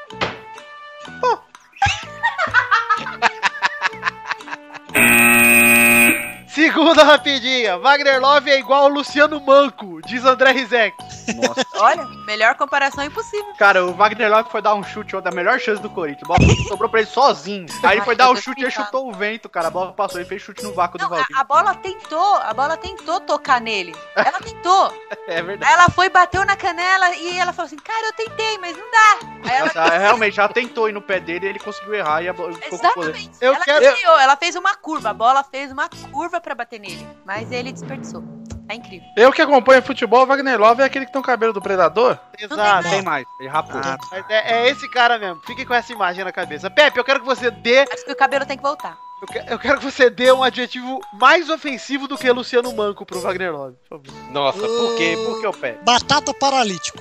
S1: Segunda, rapidinha. Wagner Love é igual ao Luciano Manco, diz André Rizek.
S5: Nossa.
S3: Olha, melhor comparação impossível.
S5: Cara, o Wagner Love foi dar um chute, uma da melhor chance do Corinthians. A bola sobrou pra ele sozinho. Aí ele foi dar o chute e ele chutou o vento, cara. A bola passou, ele fez chute no vácuo do
S3: Não, a,
S5: Valdir.
S3: a bola tentou, a bola tentou tocar nele. Ela tentou.
S5: É verdade.
S3: Aí ela foi, bateu na canela e ela falou assim, cara, eu tentei, mas não dá. Aí ela,
S5: Nossa, realmente, ela tentou ir no pé dele e ele conseguiu errar e a bola ficou com o goleiro.
S3: exatamente.
S1: Eu
S3: ela
S1: quero-
S3: desviou, ela fez uma curva, a bola fez uma curva pra bater nele. Mas ele desperdiçou. Tá incrível.
S2: Eu que acompanho futebol, Wagner Love é aquele que tem o cabelo do predador.
S1: Exato.
S5: Ah, Não tem mais, ele rapou.
S1: Mas é, é esse cara mesmo. Fique com essa imagem na cabeça. Pepe, eu quero que você dê.
S3: Acho que o cabelo tem que voltar.
S1: Eu que- eu quero que você dê um adjetivo mais ofensivo do que Luciano Manco pro Wagner Love. por favor.
S9: Nossa, por quê? Por que o pé?
S4: Batata paralítico.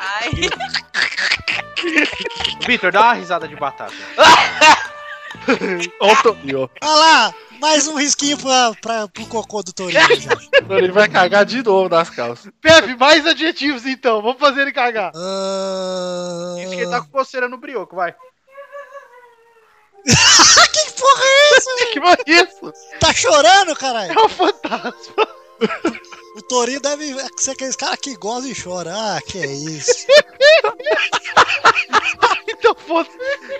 S3: Ai,
S5: Vitor, dá uma risada de batata.
S2: Ó,
S4: Olha lá, mais um risquinho pra, pra, pro cocô do Torinho. já.
S2: Ele vai cagar de novo nas calças.
S1: Pepe, mais adjetivos então. Vamos fazer ele cagar.
S4: Ah,
S5: Diz que ele tá com coceira no brioco, vai.
S4: Que porra é isso?
S2: Que foi isso?
S4: Tá chorando, caralho?
S1: É um fantasma.
S4: O Torinho deve ser aqueles caras que gozam e choram. Ah, que isso.
S1: Então fosse.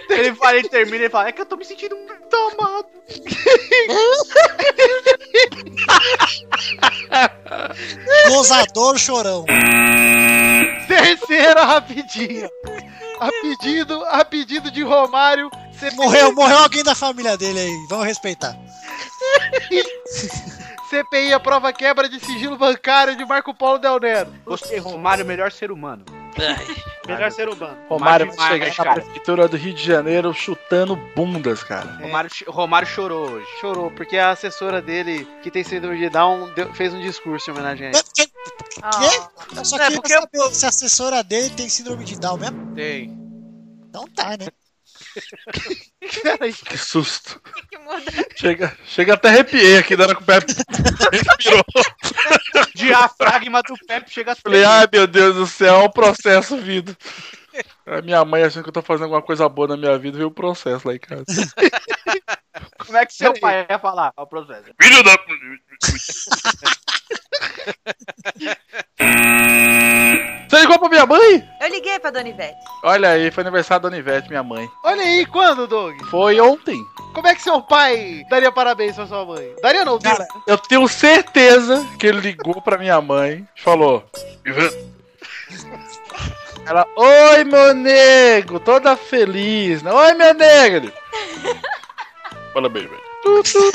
S5: Ele, fala, ele termina e fala: É que eu tô me sentindo muito tomado.
S4: Gozador chorão.
S1: Terceira rapidinha. A pedido, a pedido de Romário. CP,
S4: Morreu, morreu alguém da família dele aí. Vamos respeitar.
S1: CPI aprova é quebra de sigilo bancário de Marco Paulo Del Nero.
S5: Gostei, Romário, melhor ser humano.
S1: Melhor ser humano.
S2: Romário
S5: Mas
S2: vai
S5: demais,
S2: chegar na
S5: cara.
S2: prefeitura do Rio de Janeiro chutando bundas, cara.
S5: Romário, ch- Romário chorou hoje.
S1: É. Chorou, porque a assessora dele, que tem síndrome de Down, deu- fez um discurso em homenagem a
S5: É.
S1: ele.
S4: Mas que-
S3: ó,
S4: Eu só
S1: É,
S4: queria
S1: porque-
S4: saber se a assessora dele tem síndrome de Down mesmo.
S9: Tem.
S4: Então tá, né?
S2: Que susto.
S3: que muda?
S2: Chega, chega até arrepiei aqui, dando com o pé. Respirou.
S5: Diafragma do Pepe chega a
S2: Falei, ah, ai meu Deus do céu, é um processo, vida. A minha mãe achando que eu tô fazendo alguma coisa boa na minha vida, veio o processo lá em casa.
S5: Como é que seu pai ia falar? Olha o processo.
S2: Filho da.
S3: liguei pra Dona Ivete.
S2: Olha aí, foi aniversário da Donivete, minha mãe.
S1: Olha aí, quando, Doug?
S2: Foi ontem.
S1: Como é que seu pai daria parabéns pra sua mãe? Daria não,
S4: Cara,
S1: deu.
S2: Eu tenho certeza que ele ligou pra minha mãe e falou: "Ivan." Ela, oi meu nego, toda feliz. né? Oi meu nego. Ele, Fala bem, velho. Tu, tu.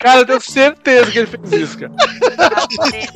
S2: cara, eu tenho certeza que ele fez isso, cara.
S3: Pra poder-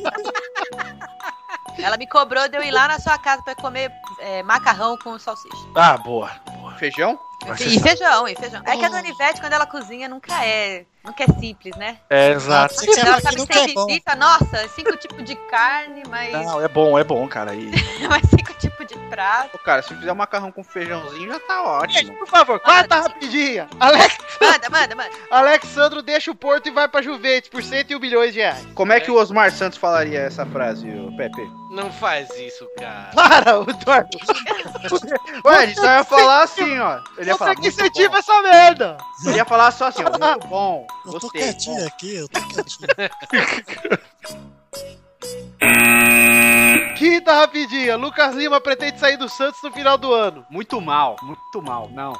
S3: Ela me cobrou de eu ir lá na sua casa pra comer é, macarrão com salsicha.
S2: Ah, boa.
S5: Feijão?
S3: E feijão, e feijão. É que a Dona Ivete, quando ela cozinha, nunca é, nunca é simples, né?
S2: É, exato.
S4: Você
S3: Ela
S4: sabe que
S3: sabe que
S4: nunca
S3: tem
S4: é bom.
S3: visita, nossa, cinco tipos de carne, mas,
S2: Não, é bom, é bom, cara. E...
S3: mas cinco tipos de prato.
S5: Ô, cara, se fizer um macarrão com feijãozinho já tá ótimo.
S1: Por favor, quarta rapidinha. Alex,
S3: Manda, manda, manda.
S1: Alexandro deixa o Porto e vai pra Juventus por 101 bilhões de reais.
S5: Como é que o Osmar Santos falaria essa frase, ô Pepe?
S9: Não faz isso, cara.
S1: Para, o Eduardo.
S5: Ué, a gente só ia falar assim, ó. Ele ia
S1: Você
S5: falar,
S1: que
S5: muito
S1: incentiva essa merda.
S5: bom. Ele ia falar só assim, ó, muito bom.
S4: Eu tô
S9: Gostei.
S4: quietinho aqui, eu tô quietinho.
S1: Quinta rapidinha. Lucas Lima pretende sair do Santos no final do ano.
S5: Muito mal, muito mal, não.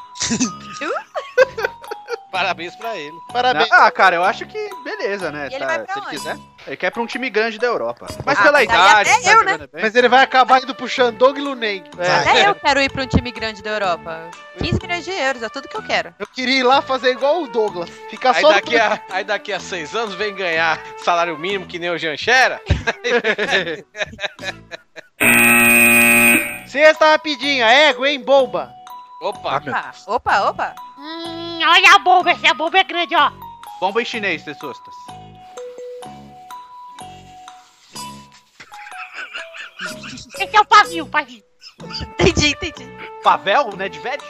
S9: Parabéns pra ele.
S1: Parabéns.
S5: Não, Ah, cara, eu acho que beleza, né?
S3: E ele vai pra
S5: se ele
S3: onde?
S5: quiser. Ele quer pra um time grande da Europa. Mas
S3: Ah,
S5: pela
S3: mas aí
S5: idade, tá
S3: até eu, né?
S5: jogando bem.
S1: Mas ele vai acabar indo pro Shandong e Luneng.
S4: Vai.
S3: Até eu quero ir pra um time grande da Europa. 15 milhões de euros, é tudo que eu quero.
S1: Eu queria ir lá fazer igual o Douglas. Ficar
S9: Aí
S1: Tá só no
S9: daqui, a, aí daqui a seis anos vem ganhar salário mínimo que nem o Janchera.
S1: Sexta rapidinha. Ego, hein, bomba.
S9: Opa,
S3: Opa, Ah, opa, opa.
S8: Hum, olha a bomba, essa bomba é grande, ó.
S5: Bomba em chinês, Tessostas.
S8: Esse é o pavio, pavio.
S3: Entendi, entendi.
S5: Pavel, né, de velho?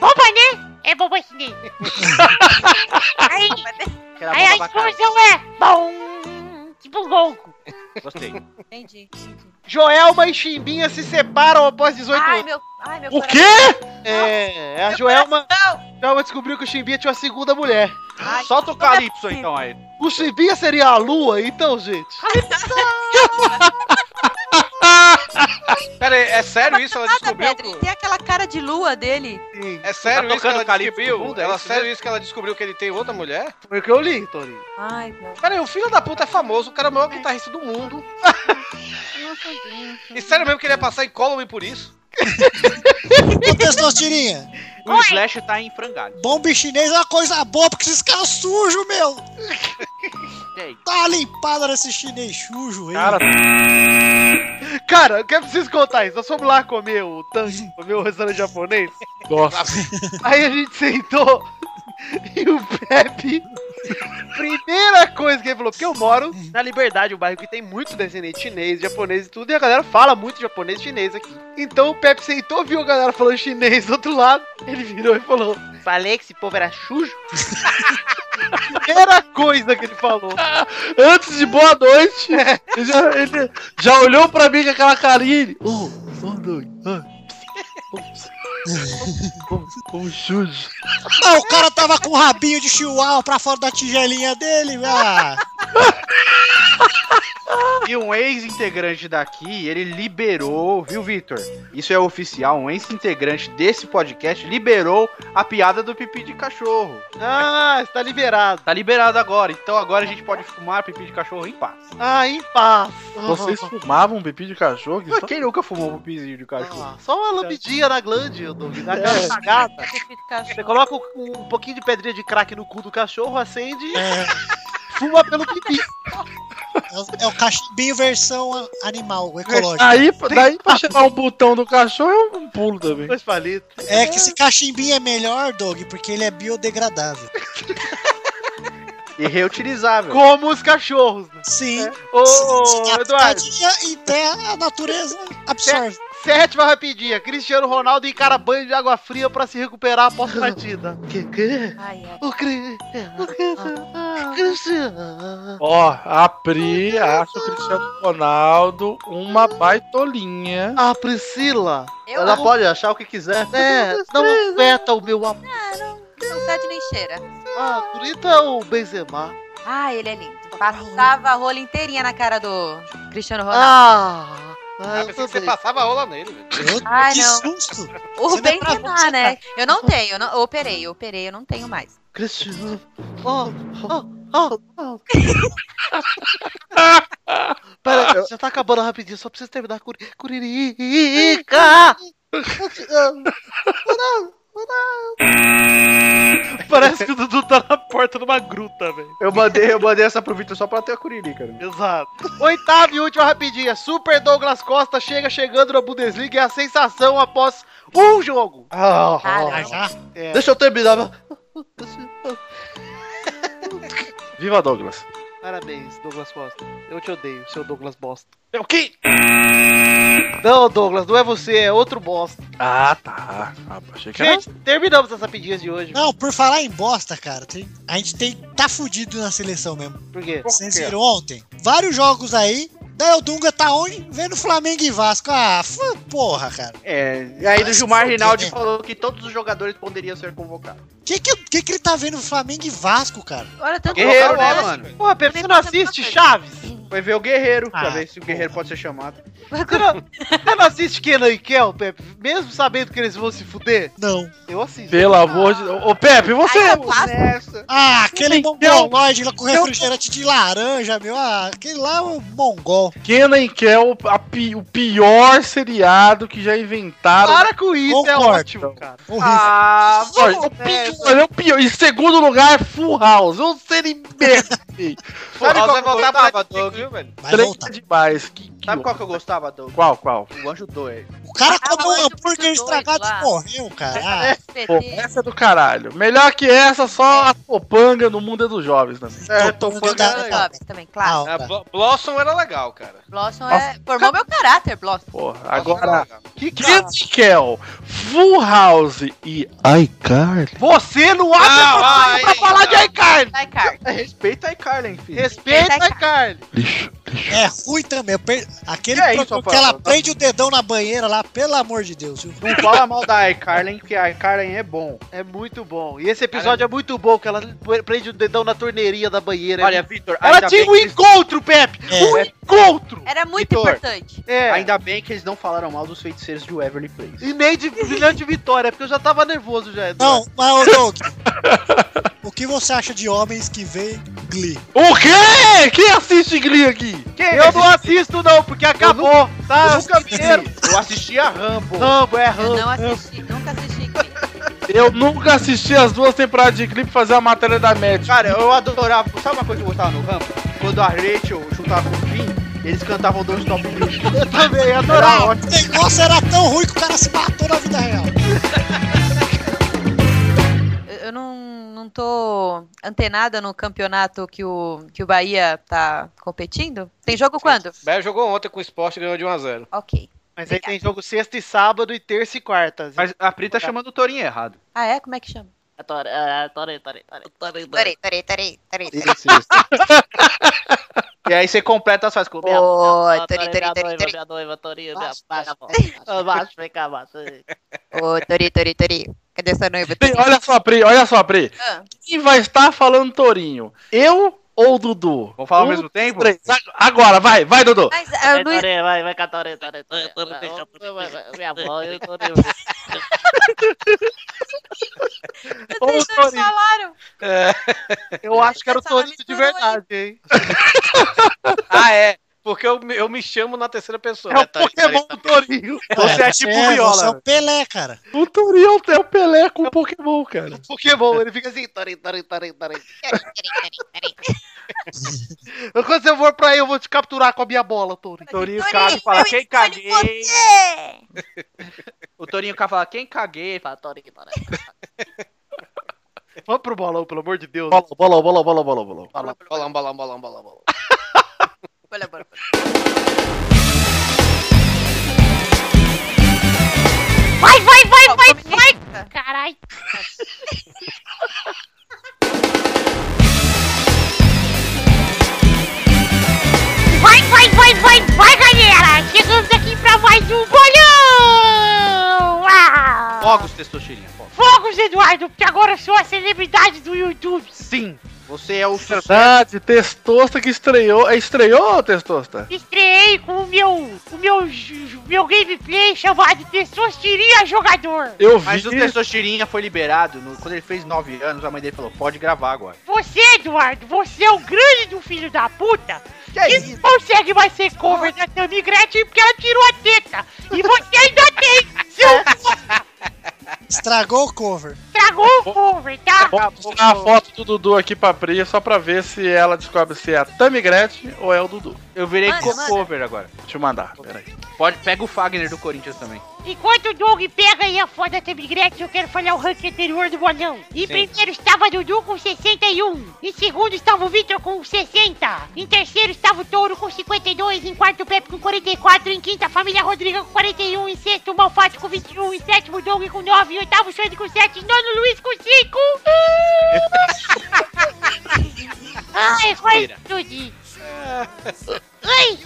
S8: Bomba, né? É bomba chinês. aí,
S5: Aquela
S8: aí a
S5: bomba bacana.
S8: explosão é bom, tipo um ronco.
S5: Gostei.
S3: Entendi. entendi.
S1: Joelma e Chimbinha se separam após 18
S3: Ai,
S1: anos.
S3: meu, ai, meu
S2: O
S3: coração.
S2: quê?
S1: É, a
S3: Meu
S1: Joelma,
S3: coração.
S1: Joelma descobriu que o Chimbinha tinha uma segunda mulher.
S3: Ai, é
S5: Solta o Calypso, então, aí.
S1: O Chimbinha seria a lua, então, gente.
S9: Pera aí, é sério isso? Ela
S3: Nada,
S9: descobriu?
S3: Pedro. ele Tem aquela cara de lua dele.
S9: É sério
S5: Tá
S9: isso que ela
S5: tocando Calypso
S9: descobriu?
S5: no fundo, é
S9: ela,
S5: isso
S9: sério isso que ela descobriu que ele tem outra mulher?
S1: Foi o que eu li, Tony.
S3: Ai, meu.
S9: Pera aí, o filho da puta é famoso, o cara é o maior
S5: tá
S9: guitarrista do mundo. E sério mesmo que ele ia passar em Colony por isso?
S4: Ô, Testostirinha,
S5: O
S8: Oi.
S5: Slash tá em frangalho.
S4: bomba em chinês é uma coisa boa, porque esses caras sujos, meu.
S5: Ei.
S4: Tá uma limpada nesse chinês sujo, hein?
S2: Cara,
S1: Cara, eu que- preciso contar isso. Nós fomos lá comer o tanque, comer o restaurante japonês.
S2: nossa.
S1: Aí a gente sentou e o Pepe. Primeira coisa que ele falou, porque eu moro na Liberdade, um bairro que tem muito descendente chinês, japonês e tudo, e a galera fala muito japonês e chinês aqui. Então o Pepe sentou, viu a galera falando chinês do outro lado, ele virou e falou: Falei que esse povo era chujo? Primeira coisa que ele falou.
S2: Antes de boa noite,
S5: É.
S2: ele já, ele já olhou pra mim com aquela carinha. ele, Oh, boa noite. ah, Um chute.
S4: Ah, o cara tava com o rabinho de chihuahua pra fora da tigelinha dele, ah.
S5: E um ex-integrante daqui, ele liberou, viu, Vitor? Isso é oficial, um ex-integrante desse podcast liberou a piada do pipi de cachorro.
S1: Ah, está liberado.
S5: Tá liberado agora, então agora a gente pode fumar pipi de cachorro em paz.
S1: Ah, em paz.
S2: Vocês fumavam pipi de cachorro? Então, Que
S5: Quem nunca fumou um pipizinho de cachorro?
S1: Ah, só uma lambidinha na glande, Doug. Dá aquela
S4: É.
S1: cagada. Você
S3: Cachorro.
S1: coloca um, um pouquinho de pedrinha de crack no cu do cachorro, acende
S3: É.
S1: e fuma pelo pipi.
S4: É o- É o cachimbinho versão a- animal,
S2: história.
S4: ecológico.
S2: Daí, daí pra chamar um botão do cachorro é um pulo também.
S1: Dois palitos.
S4: É que esse cachimbinho é melhor, Doug, porque ele é biodegradável.
S5: E
S3: É.
S5: reutilizável.
S1: Como os cachorros. né?
S4: Sim.
S1: Ô,
S4: Se- se dá
S1: Eduardo, é
S4: pitadinha em terra, a natureza absorve.
S1: sétima rapidinha. Cristiano Ronaldo encara banho de água fria pra se recuperar após partida.
S7: Que que?
S3: Ai, ai.
S7: O que? O que?
S1: Ah.
S7: Cristiano.
S2: Ó, a Pri acha o Cristiano Ronaldo uma baitolinha.
S5: Ah,
S7: A Priscila,
S3: Eu
S7: ela
S3: não-
S7: pode,
S1: É,
S5: achar o que quiser.
S1: tá
S7: né? Não afeta o meu amor.
S3: Ah, não, não fede nem cheira.
S1: Ah, bonito é o Benzema.
S3: Ah, ele é lindo. Passava a rola inteirinha na cara do Cristiano Ronaldo.
S1: Ah,
S9: Ah,
S1: mas
S9: pensei
S1: eu
S9: que você
S1: também.
S9: passava a rola nele, velho.
S4: Eu-
S3: Ai,
S4: que
S3: não.
S4: susto!
S3: o
S4: você me travou, você
S3: Benzema, né? Eu não tenho, eu não- eu operei, eu operei, eu não tenho mais.
S1: Cristiano. Oh, oh, oh, oh. Pera, aí, já tá acabando rapidinho, só preciso terminar. Curi- Curirica! Eu te amo.
S10: Parece que o Dudu tá na porta de uma gruta, velho.
S5: Eu mandei, eu mandei essa pro Victor só pra ter a curirica, né?
S10: Exato.
S1: Oitava e última rapidinha. Super Douglas Costa chega chegando na Bundesliga e é a sensação após um jogo.
S5: Ah,
S4: Ah,
S3: Caramba.
S4: já?
S1: Deixa eu terminar. meu-
S2: Viva Douglas.
S1: Parabéns, Douglas Costa. Eu te odeio, seu Douglas bosta.
S2: O quê?
S1: Não, Douglas, não é você, é outro bosta.
S2: Ah, tá. Ah, achei que era...
S1: Gente, terminamos as rapidinhas de hoje.
S4: Não, por falar em bosta, cara, tem- a gente tem tá fudido na seleção mesmo.
S1: Por quê?
S4: Vocês viram ontem? Vários jogos aí. Daí o Dunga tá onde? Vendo Flamengo e Vasco. Ah, f- porra, cara.
S5: É, e aí do Gilmar
S4: Mas,
S5: Rinaldi
S4: né?
S5: falou que é? todos os jogadores poderiam ser convocados.
S4: Que que, que que ele tá vendo Flamengo e Vasco, cara?
S3: Olha, tanto
S5: Guerreiro,
S3: que-
S5: né, mano?
S1: Porra, Pepe, você não assiste Chaves?
S5: Foi ver o Guerreiro, pra
S4: Ah,
S5: ver se o Guerreiro pode ser chamado.
S1: Você não, você não assiste Kenan e Kel, Pepe? Mesmo sabendo que eles vão se fuder?
S4: Não.
S1: Eu assisto.
S2: Pelo amor de Deus. Ô, Pepe, você.
S3: Ai, eu passo.
S5: Nessa.
S4: Ah, aquele
S2: Então-
S4: mongoloide lá com refrigerante de laranja, meu. Ah, aquele lá é um mongol.
S2: Kenan Kel, a pi- o pior seriado que já inventaram.
S1: Para com isso,
S4: Concordo.
S1: é ótimo, cara.
S4: Horrível.
S5: Ah,
S2: Olha, o pior, olha, o pior. Em segundo lugar, Full House. Um série merda. filho.
S9: Pô, House vai
S5: que eu
S9: voltar pra
S5: gostava,
S9: Netflix,
S5: Doug?
S9: viu, velho?
S4: Vai
S2: Treta
S4: voltar.
S2: demais. Que, que
S5: Sabe qual que eu gostava, Doug?
S2: Qual, qual?
S5: O Anjo é. 2.
S4: O cara
S3: Ah,
S4: comeu
S3: mas
S4: um
S3: eu fui
S4: hambúrguer
S3: doido
S4: estragado
S3: lá.
S4: e morreu, cara. Ah,
S2: Pô,
S3: PT.
S2: essa é do caralho. Melhor que essa, só a Topanga no mundo é dos jovens também.
S5: É,
S4: tô
S5: tô
S4: falando da-
S5: falando.
S4: da-
S3: Jobs também,
S4: ah,
S3: claro.
S9: Ah,
S4: tá.
S9: Blo- Blossom era legal, cara.
S3: Blossom é... formou meu caráter, Blossom.
S2: Porra,
S9: Blossom era
S2: agora.
S9: legal.
S1: Que cara.
S2: Kenan Kel, Full House e iCarly.
S1: Você não abre
S9: Ah,
S1: a boca
S9: vai,
S1: pra falar de iCarly!
S3: Vai, Carl.
S5: É, respeita aí, Carlen, filho.
S1: Respeita
S3: Respeita
S1: iCarly!
S2: Lixo, lixo.
S4: É ruim também. eu per- Aquele
S5: E aí, São
S4: programa que ela
S5: Paulo?
S4: prende o dedão na banheira lá, pelo amor de Deus. viu?
S5: Não fala mal da iCarlen, que a iCarlen é bom.
S1: É muito bom. E esse episódio é muito bom, que ela prende o dedão na torneirinha da banheira.
S5: Olha, Vitor,
S1: ela
S5: ainda,
S1: tinha
S5: bem
S1: um
S5: que eles-
S1: encontro, Pepe!
S4: É.
S1: Um encontro!
S3: Era muito
S5: Vitor.
S3: importante.
S1: É.
S5: ainda bem que eles não falaram mal dos feiticeiros de Waverly Place.
S1: E nem de brilhante vitória, porque eu já tava nervoso já.
S5: é
S1: Eduardo.
S4: Não, mas ô Doug, o que você acha de homens que veem Glee?
S2: O quê? Quem assiste Glee aqui?
S1: Eu não assisto não, porque acabou, tá?
S5: Eu nunca vi. Eu assisti a Rambo.
S1: Rambo, é
S3: Eu
S1: Rambo.
S3: não assisti, nunca assisti.
S2: Eu nunca assisti as duas temporadas de Glee pra fazer a matéria da Match.
S5: Cara, eu adorava. Sabe uma coisa que eu gostava no Rambo? Quando a Rachel juntava com o Finn, eles cantavam Don't Stop Me.
S1: Eu também, eu
S4: Ah,
S1: adorava.
S4: o negócio era tão ruim que o cara se matou na vida real.
S3: Eu, eu não, não tô antenada no campeonato que o, que o Bahia tá competindo. Tem jogo quando?
S9: Bé jogou ontem com o esporte e ganhou de 1x0.
S3: Ok.
S1: Mas aí tem jogo sexta e sábado e terça e quarta. assim.
S5: Mas a Pri tá chamando o Torinho errado.
S3: Ah, é? Como é que chama? Peraí, peraí, peraí, peraí.
S5: Isso, isso. e aí você completa as frases com minha
S3: Ô, Tori, Tori, Tori, Tori. Ô, Tori, Tori, Tori. Cadê sua noiva?
S2: Tem- olha só, Pri, olha só, Pri. Quem vai estar falando Torinho? Eu ou o Dudu?
S5: Vamos falar ao
S2: Um,
S5: mesmo tempo?
S2: três. Ag- Agora, vai, vai, Dudu.
S3: Mas ah,
S8: é
S3: eu não
S2: Ô,
S3: Vocês dois
S2: Torinho.
S3: falaram.
S1: Eu
S5: É.
S1: acho que era o
S3: Essa
S1: Torinho de
S3: misturou aí.
S1: verdade, hein?
S9: Ah, é. Porque eu, me- eu me chamo na terceira pessoa.
S1: É
S9: né,
S1: o
S9: Tari?
S1: Pokémon do Torinho.
S5: Você é tipo
S4: é,
S5: viola.
S4: Você é o Pelé, cara.
S2: O Torinho é o Pelé com o Pokémon, cara.
S9: É
S1: Pokémon, ele fica assim, Torinho, Torinho, Torinho, Torinho. Quando você for pra aí, eu vou te capturar com a minha bola, Torinho.
S5: Torinho
S3: Torinho,
S5: caga e fala,
S3: eu
S5: quem
S3: escolho
S5: caguei?
S3: É.
S5: O Torinho caga e fala, quem caguei? Fala, Torinho, Torinho.
S1: Vamos pro bolão, pelo amor de Deus.
S2: Bola, bola, bola, bola, bola, bola.
S9: Bolão, bolão, bolão, bolão, bolão, bolão.
S3: Bora, bora, bora.
S8: Vai, vai, vai, vai,
S3: Como
S8: vai!
S3: é que-
S8: Caralho! Vai, vai, vai, vai, vai, galera! Chegamos aqui pra mais um bolhão! Ah!
S5: Ah. Fogos, Testostirinha, fogos.
S8: fogos, Eduardo, porque agora eu sou a celebridade do YouTube.
S5: Sim, você é o
S2: Verdade, Testosta que estreou. é, Estreou, Testosta?
S8: Estreiei com o meu, o meu, j- meu gameplay chamado Testosteria Jogador.
S2: Eu vi.
S5: Mas o Testosterinha foi liberado no- quando ele fez 9 anos. A mãe dele falou: pode gravar agora.
S8: Você, Eduardo, você é o grande do filho da puta.
S5: Que é
S8: que não consegue mais ser cover da Tammy Gretchen porque ela tirou a teta. E você ainda tem. Seu
S4: Estragou o cover.
S8: tragou o cover, tá?
S2: Vou mostrar a foto do Dudu aqui pra Pri, só pra ver se ela descobre se é a Tammy Gretchen ou é o Dudu.
S5: Eu virei
S3: Manda, manda.
S5: co-cover agora.
S2: Deixa eu mandar, peraí.
S5: Pode, pega o Fagner do Corinthians também.
S8: Enquanto o Doug pega aí a foda da Tammy Gretchen, eu quero falar o ranking anterior do bolão. Em
S5: Sim.
S8: primeiro estava Dudu com 61. Em segundo estava o Victor com 60. Em terceiro estava o Touro com 52. Em quarto, o Pepe com 44. Em quinta, a família Rodrigo com 41. Em sexto, o Malfato com 21. Em sétimo, o Doug com 9. Em oitavo, o Xande com 7. Em nono, o Luiz com 5. Ai, vai
S5: Mentira.
S8: explodir. Ai!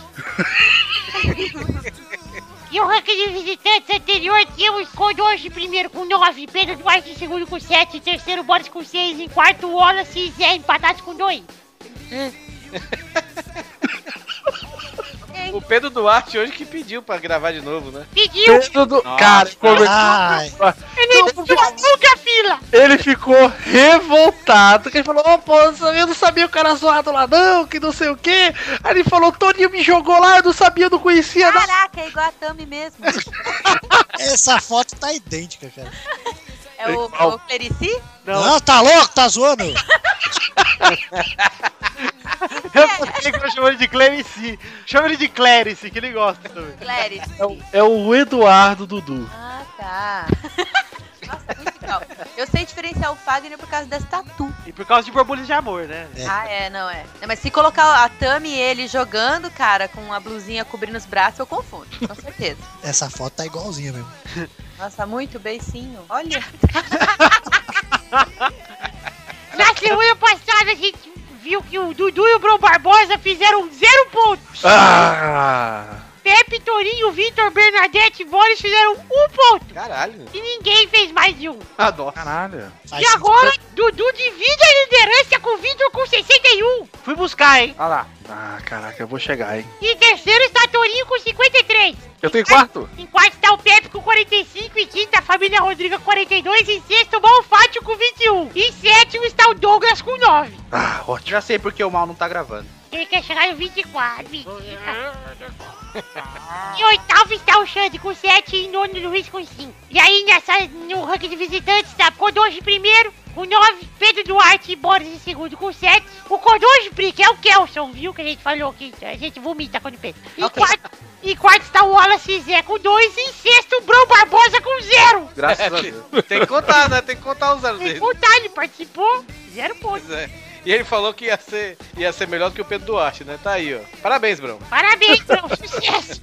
S8: E o ranking de visitantes anterior tínhamos Condojo em primeiro com 9, Pedro Duarte em segundo com 7, em terceiro Boris com 6, em quarto Wallace e Zé empatados com 2.
S9: O Pedro Duarte hoje que pediu pra gravar de novo, né?
S8: Pediu!
S2: Pedro Du- Cara, como-
S4: Ai,
S8: Eu nem tinha nunca fila!
S2: ele ficou revoltado. Que ele falou: Ô, pô, eu não sabia o cara zoado lá, não, que não sei o quê. Aí ele falou: Toninho me jogou lá, eu não sabia, eu não conhecia, não.
S3: Caraca, é igual a Tami mesmo.
S4: essa foto tá idêntica, cara.
S3: É o, é o Clerici?
S4: Não, tá louco? Tá zoando?
S1: Eu pensei que eu chamo ele de Clerici. Chama ele de Clerici, que ele gosta também.
S3: Clerici.
S2: É o- É o Eduardo Dudu.
S3: Ah, tá. Nossa, muito legal. Eu sei diferenciar o Fagner por causa dessa tatu.
S1: E por causa de borbulhas de amor, né?
S4: É.
S3: Ah, é, não é. Não, mas se colocar a Tami e ele jogando, cara, com a blusinha cobrindo os braços, eu confundo, com certeza.
S4: Essa foto tá igualzinha mesmo.
S3: Nossa, muito beicinho. Olha.
S8: Na semana passada a gente viu que o Dudu e o Bruno Barbosa fizeram zero pontos.
S2: Ah!
S8: Pepe, Torinho, Vitor, Bernadette e Boris fizeram um ponto.
S9: Caralho.
S8: E ninguém fez mais de um.
S5: Adoro.
S2: Caralho.
S4: Faz
S8: E agora, Dudu divide a liderança com o Vitor com 61.
S1: Fui buscar, hein?
S2: Olha lá. Ah, caraca, eu vou chegar, hein?
S8: Em terceiro está Torinho com 53.
S2: Eu tenho quarto?
S8: Em quarto está o Pepe com 45. Em quinta, a família Rodrigo com 42. Em sexto, o Malfátio com 21. Em sétimo está o Douglas com 9.
S2: Ah, ótimo.
S5: Já sei porque o mal não tá gravando.
S8: Ele quer chegar no 24. mentira. Em oitavo está o Xande com 7 e em nono o Luiz com 5. E aí nessa, no ranking de visitantes está Kodoji em primeiro com 9, Pedro Duarte e Boris em segundo com 7. O Kodoji, Pri, que é o Kelson, viu? Que a gente falou que a gente vomita quando pensa. Em,
S3: Ok.
S8: quarto, em quarto está o Wallace e Zé com 2 e em sexto o Brão Barbosa com 0.
S5: Graças a Deus.
S9: Tem que contar, né? Tem que contar os anos
S8: Sem
S9: dele.
S8: contar, ele participou, 0 pontos.
S9: Pois é. E ele falou que ia ser, ia ser melhor do que o Pedro Duarte, né? Tá aí, ó. Parabéns, Brão.
S8: Parabéns, Brão, sucesso.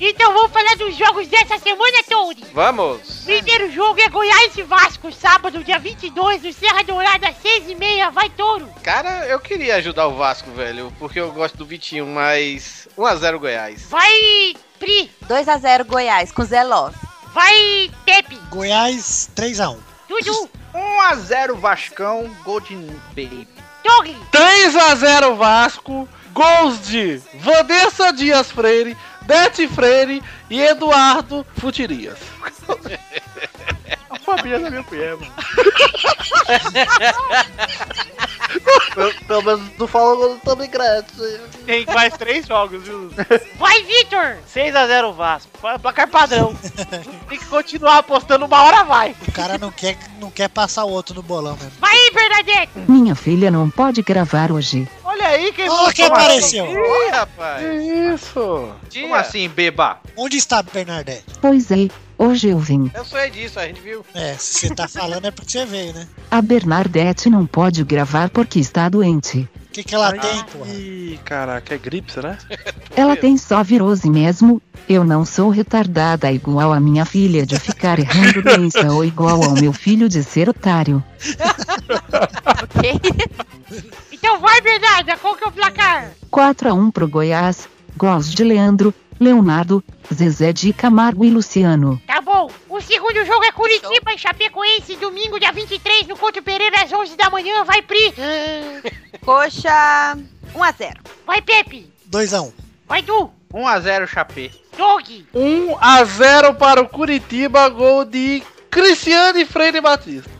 S8: Então vamos falar dos jogos dessa semana, Tony.
S9: Vamos!
S8: Primeiro jogo é Goiás e Vasco, sábado, dia 22, no Serra Dourada, às 6h30. Vai, touro!
S9: Cara, eu queria ajudar o Vasco, velho, porque eu gosto do Vitinho, mas 1x0 Goiás.
S8: Vai, Pri!
S3: 2x0 Goiás, com Zé Love.
S8: Vai, Pepe!
S4: Goiás 3x1.
S8: Dudu!
S5: 1x0 Vascão, Golden Baby.
S8: Doug!
S2: 3x0 Vasco. Gols de Vanessa Dias Freire, Bete Freire e Eduardo Futirias.
S1: A família da minha mulher, mano.
S7: Pelo- Pelo menos não fala o Tommy Gretchen.
S1: Tem mais três jogos, viu?
S8: Vai, Vitor!
S1: 6x0 Vasco. Pla- Placar padrão. Tem que continuar apostando, uma hora vai.
S4: O cara não quer, não quer passar o outro no bolão mesmo.
S8: Vai, Bernadette!
S11: Minha filha não pode gravar hoje.
S1: Olha aí quem
S4: Olha quem apareceu.
S9: Ih, rapaz!
S2: Isso.
S9: Tia,
S5: Como assim, beba?
S4: Onde está Bernadette?
S11: Pois é, hoje eu vim.
S9: Eu sonhei disso, a gente viu.
S4: É, se você tá falando é porque você veio, né?
S11: A Bernadette não pode gravar porque está doente.
S4: O que, que ela tem, porra?
S2: Ih, caraca, é gripe, será?
S11: Ela tem só virose mesmo. Eu não sou retardada igual a minha filha de ficar errando doença ou igual ao meu filho de ser otário.
S3: Ok?
S8: Então vai, Bernarda! Qual que é o placar?
S11: 4 a 1 pro Goiás. Gols de Leandro, Leonardo, Zezé de Camargo e Luciano.
S8: Tá bom, Gol. O segundo jogo é Curitiba e Chapecoense, domingo, dia 23, no Couto Pereira, às 11 da manhã. Vai, Pri.
S3: Coxa, 1x0.
S8: Vai, Pepe.
S4: 2x1.
S8: Vai, Du.
S5: 1x0 Chapé.
S8: Dog.
S2: 1 a 0 para o Curitiba, gol de Cristiane Freire Batista.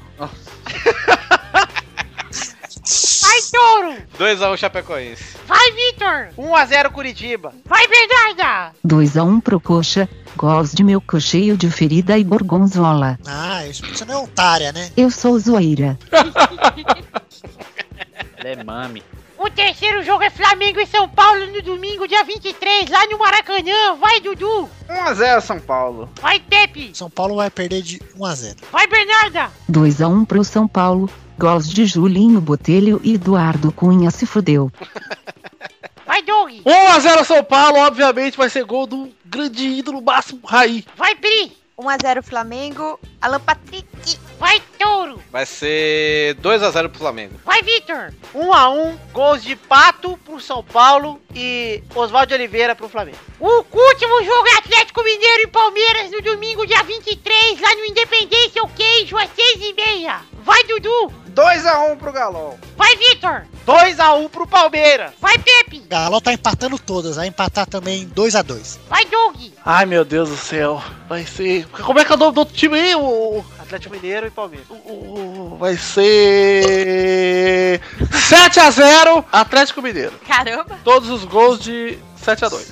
S8: Vai, Touro.
S9: 2x1 Chapecoense.
S8: Vai, Vitor.
S1: 1x0 Curitiba.
S8: Vai, Bernarda.
S11: 2x1 pro Coxa, gols de meu cocheio de ferida e gorgonzola.
S4: Ah, isso você não é otária, né?
S11: Eu sou zoeira.
S5: Ela é mami.
S8: O terceiro jogo é Flamengo e São Paulo no domingo, dia 23, lá no Maracanã. Vai, Dudu.
S5: 1x0 São Paulo.
S8: Vai, Pepe.
S4: São Paulo vai perder de 1x0.
S8: Vai, Bernarda.
S11: 2x1 pro São Paulo, gols de Julinho Botelho e Eduardo Cunha se fudeu.
S8: Vai, Dog.
S2: 1x0 São Paulo, obviamente, vai ser gol do grande ídolo Márcio Raí.
S8: Vai, Pri.
S3: 1x0 Flamengo, Alan Patrick.
S8: Vai, Touro.
S9: Vai ser 2x0 pro Flamengo.
S8: Vai, Vitor.
S1: 1x1, gols de Pato pro São Paulo e Oswaldo Oliveira pro Flamengo.
S8: O último jogo é Atlético Mineiro e Palmeiras no domingo, dia 23, lá no Independência, o queijo, às 6h30. Vai, Dudu.
S5: 2x1 pro Galol.
S8: Vai, Vitor.
S1: 2x1 pro Palmeiras.
S8: Vai, Pepe.
S4: Galo tá empatando todas, vai empatar também 2x2.
S8: Vai, Doug.
S2: Ai meu Deus do céu, vai ser. Como é que é o nome do outro time aí? O,
S1: Atlético Mineiro e Palmeiras. Um,
S2: o- o- vai ser. 7x0 Atlético Mineiro.
S3: Caramba.
S2: Todos os gols de 7x2.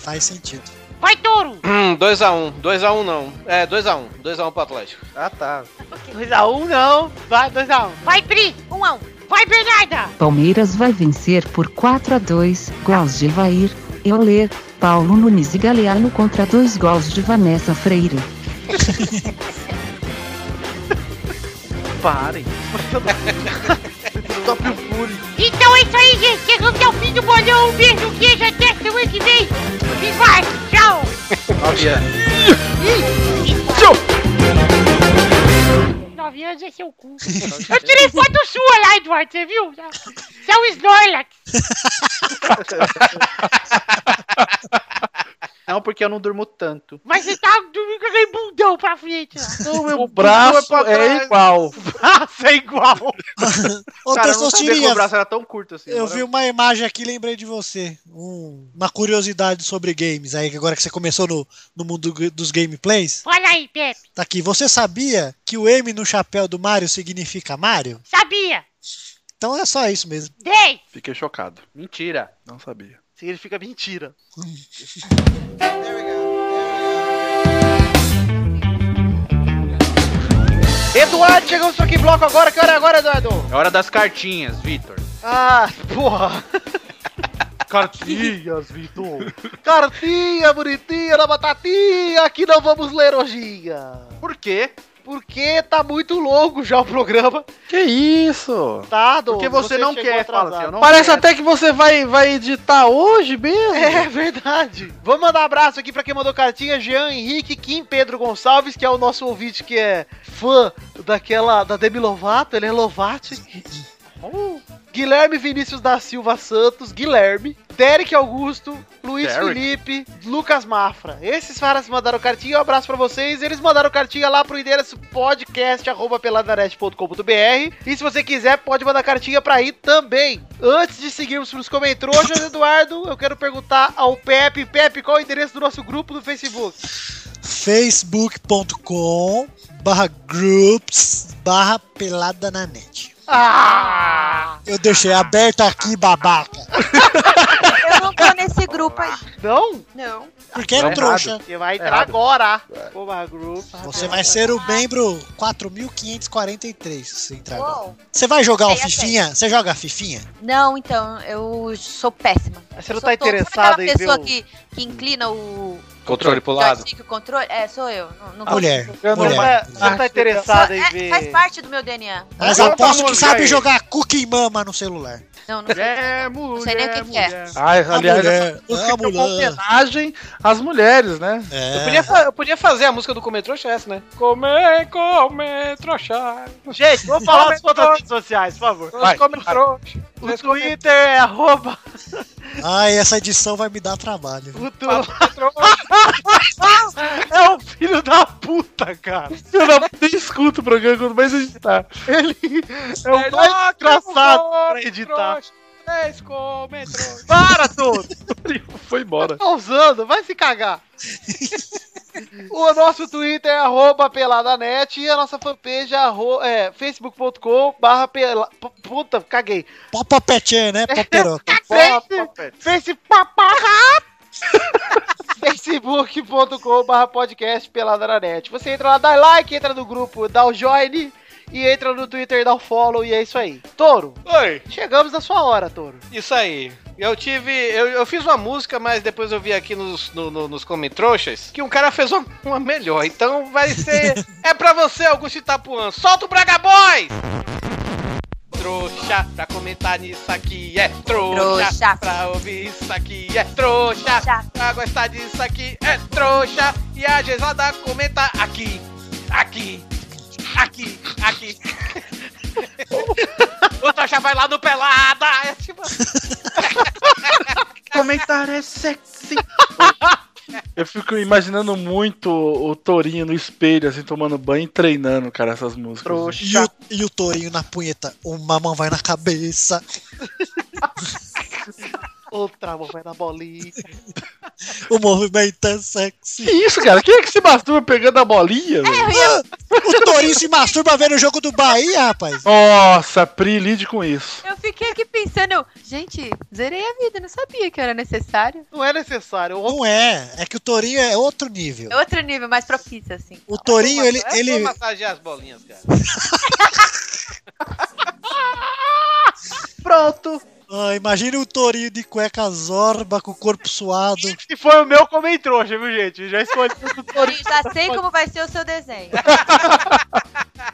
S4: Faz sentido.
S8: Vai, Touro.
S9: Hum, 2x1. 2x1 não. É, 2x1. 2x1 pro Atlético.
S5: Ah, tá.
S1: 2x1 não. Vai, 2x1.
S8: Vai, Pri.
S3: 1x1.
S8: Vai, Bernarda.
S11: Palmeiras vai vencer por 4x2, gols de Vair, Euler, Paulo Nunes e Galeano contra dois gols de Vanessa Freire.
S2: Parem. Top Fury.
S8: Então é isso aí, gente. Chegamos ao fim do bolão. Um beijo, queijo. Até semana que vem. E vai. Tchau.
S5: Nove anos.
S8: Nove anos é seu cu. Eu tirei foto sua lá, Eduardo. Você viu? Você é um Snorlax.
S5: Não, porque eu não durmo tanto.
S8: Mas você tá dormindo com aquele bundão pra frente lá.
S2: Não, meu braço
S5: pra
S2: é,
S5: trás.
S2: igual.
S1: Nossa, é igual.
S4: Ô,
S5: Cara, eu não
S4: pessoas
S5: sabia que o
S4: tirinhas,
S5: braço era tão curto assim.
S4: eu
S5: Agora
S4: vi uma imagem aqui e lembrei de você. Um- uma curiosidade sobre games aí, que agora que você começou no, no mundo g- dos gameplays.
S8: Olha aí, Pepe.
S4: Tá aqui. Você sabia que o M no chapéu do Mario significa Mario?
S8: Sabia.
S4: Então é só isso mesmo.
S8: Dez.
S2: Fiquei chocado.
S5: Mentira.
S2: Não sabia.
S1: Significa mentira. Eduardo, chegamos aqui em bloco agora. Que hora é agora, Eduardo?
S5: É hora das cartinhas, Vitor.
S1: Ah, porra.
S2: Cartinhas, Vitor.
S1: Cartinha bonitinha da batatinha que não vamos ler hojinha.
S5: Por quê?
S1: Porque tá muito longo já o programa.
S2: Que isso?
S1: Tá, Dom?
S5: Porque você, não
S1: chegou
S5: quer. Fala assim,
S1: atrasado.
S5: eu não
S2: Parece
S5: quero.
S2: até que você vai, vai editar hoje mesmo.
S1: É verdade. Vamos mandar um abraço aqui pra quem mandou cartinha, Jean Henrique, Kim Pedro Gonçalves, que é o nosso ouvinte que é fã daquela da Demi Lovato, ele é Lovati. Uh. Guilherme Vinícius da Silva Santos, Guilherme, Derek Augusto, Luiz
S5: Derek.
S1: Felipe, Lucas Mafra. Esses caras mandaram cartinha, um abraço pra vocês. Eles mandaram cartinha lá pro endereço podcast@peladanete.com.br. E se você quiser, pode mandar cartinha pra aí também. Antes de seguirmos pros comentários, é Eduardo, eu quero perguntar ao Pepe, Pepe, qual é o endereço do nosso grupo do Facebook?
S4: facebook.com barra groups barra pelada na net.
S1: Ah!
S4: Eu deixei aberto aqui, babaca.
S3: Eu não tô nesse grupo aí.
S1: Não?
S3: Não.
S4: Porque é
S5: Não,
S4: trouxa.
S1: Você vai entrar
S5: Errado.
S1: agora. Oba, grupo.
S4: Você vai ser o membro 4543 se você entrar agora.
S3: Uou.
S4: Você vai jogar o
S3: Sei, eu
S4: Fifinha? Você joga a Fifinha?
S3: Não, então, eu sou péssima.
S1: Você não
S3: Sou
S1: tá
S3: todo- sabe
S1: interessado
S3: aquela
S1: em ver
S3: pessoa
S1: o...
S3: que, que inclina o
S9: Controle pro lado.
S3: joystick, o controle? É, sou eu. Não, não
S4: Mulher.
S3: consigo.
S1: Você não
S4: Mulher.
S1: tá- você não tá
S3: Só-
S1: interessado em
S3: é,
S1: ver...
S3: faz parte do meu DNA.
S4: Mas
S5: Joga
S4: aposto
S5: pra
S4: que sabe
S5: mulher.
S4: jogar cookie mama no celular.
S3: Não, não sei.
S5: É,
S3: Não sei nem
S5: mulher,
S3: o que que é.
S5: mulher.
S2: Ai,
S4: A
S2: aliás,
S4: mulher,
S2: essa música
S4: a
S2: que é uma
S4: mulher.
S2: homenagem às mulheres, né?
S9: Eu,
S4: É.
S9: podia fa- eu podia fazer a música do Comer Trouxa essa, né? Comer, comer, trouxa.
S1: Gente, vamos falar das suas redes sociais, por favor.
S9: Vai,
S1: O Twitter é arroba
S4: Ai, essa edição vai me dar trabalho.
S2: É um filho da puta, cara. Eu não nem escuto o programa quando mais editar. Ele é um o mais engraçado pra editar.
S1: Para, todo!
S2: Foi embora.
S1: Pausando, vai se cagar. o nosso Twitter é arroba peladanet e a nossa fanpage é, arro- é facebook.com barra pela... p- Puta, caguei.
S4: Popopetê, né? Poperoca.
S1: Face, face paparra. facebook.com barra podcast peladanet. Você entra lá, dá like, entra no grupo, dá o join e entra no Twitter, dá o follow e é isso aí. Touro,
S9: Oi,
S1: chegamos na sua hora, Touro.
S9: isso aí. Eu tive. Eu, eu fiz uma música, mas depois eu vi aqui nos, no, no- nos comentroxas que um cara fez uma, uma melhor. Então vai ser. é pra você, Augusto Itapuã. Solta o Braga Boys! Trouxa, pra comentar nisso aqui é trouxa.
S3: Trouxa.
S9: Pra ouvir isso aqui é trouxa.
S3: Trouxa.
S9: Pra gostar disso aqui é trouxa. E a Gesada comenta aqui, aqui, aqui, aqui. o trouxa vai lá no Pelada. É tipo...
S5: Comentário é sexy.
S2: Eu fico imaginando muito o Torinho no espelho, assim, tomando banho e treinando, cara, essas músicas. né?
S4: E o, e o tourinho na punheta. Uma mão vai na cabeça.
S1: Outra mão vai na bolinha.
S4: O movimento é sexy. Ah,
S2: Que isso, cara? Quem é que se masturba pegando a bolinha, velho?
S4: O tourinho se masturba vendo o jogo do Bahia, rapaz.
S2: Nossa, Pri, lide com isso.
S3: Eu fiquei aqui pensando, eu, gente, zerei a vida, não sabia que era necessário.
S1: Não é necessário. O
S4: Não é. É que o tourinho é outro nível.
S3: É outro nível, mais propício, assim.
S4: O tourinho, ele.
S9: É
S4: ele...
S9: só massagear as bolinhas, cara.
S1: Pronto.
S4: Ah, imagine o tourinho de cueca zorba com o corpo suado.
S1: Se foi o meu, comem trouxa, viu, gente? Já escolhi o Torinho.
S3: Torinho, já sei como vai ser o seu desenho.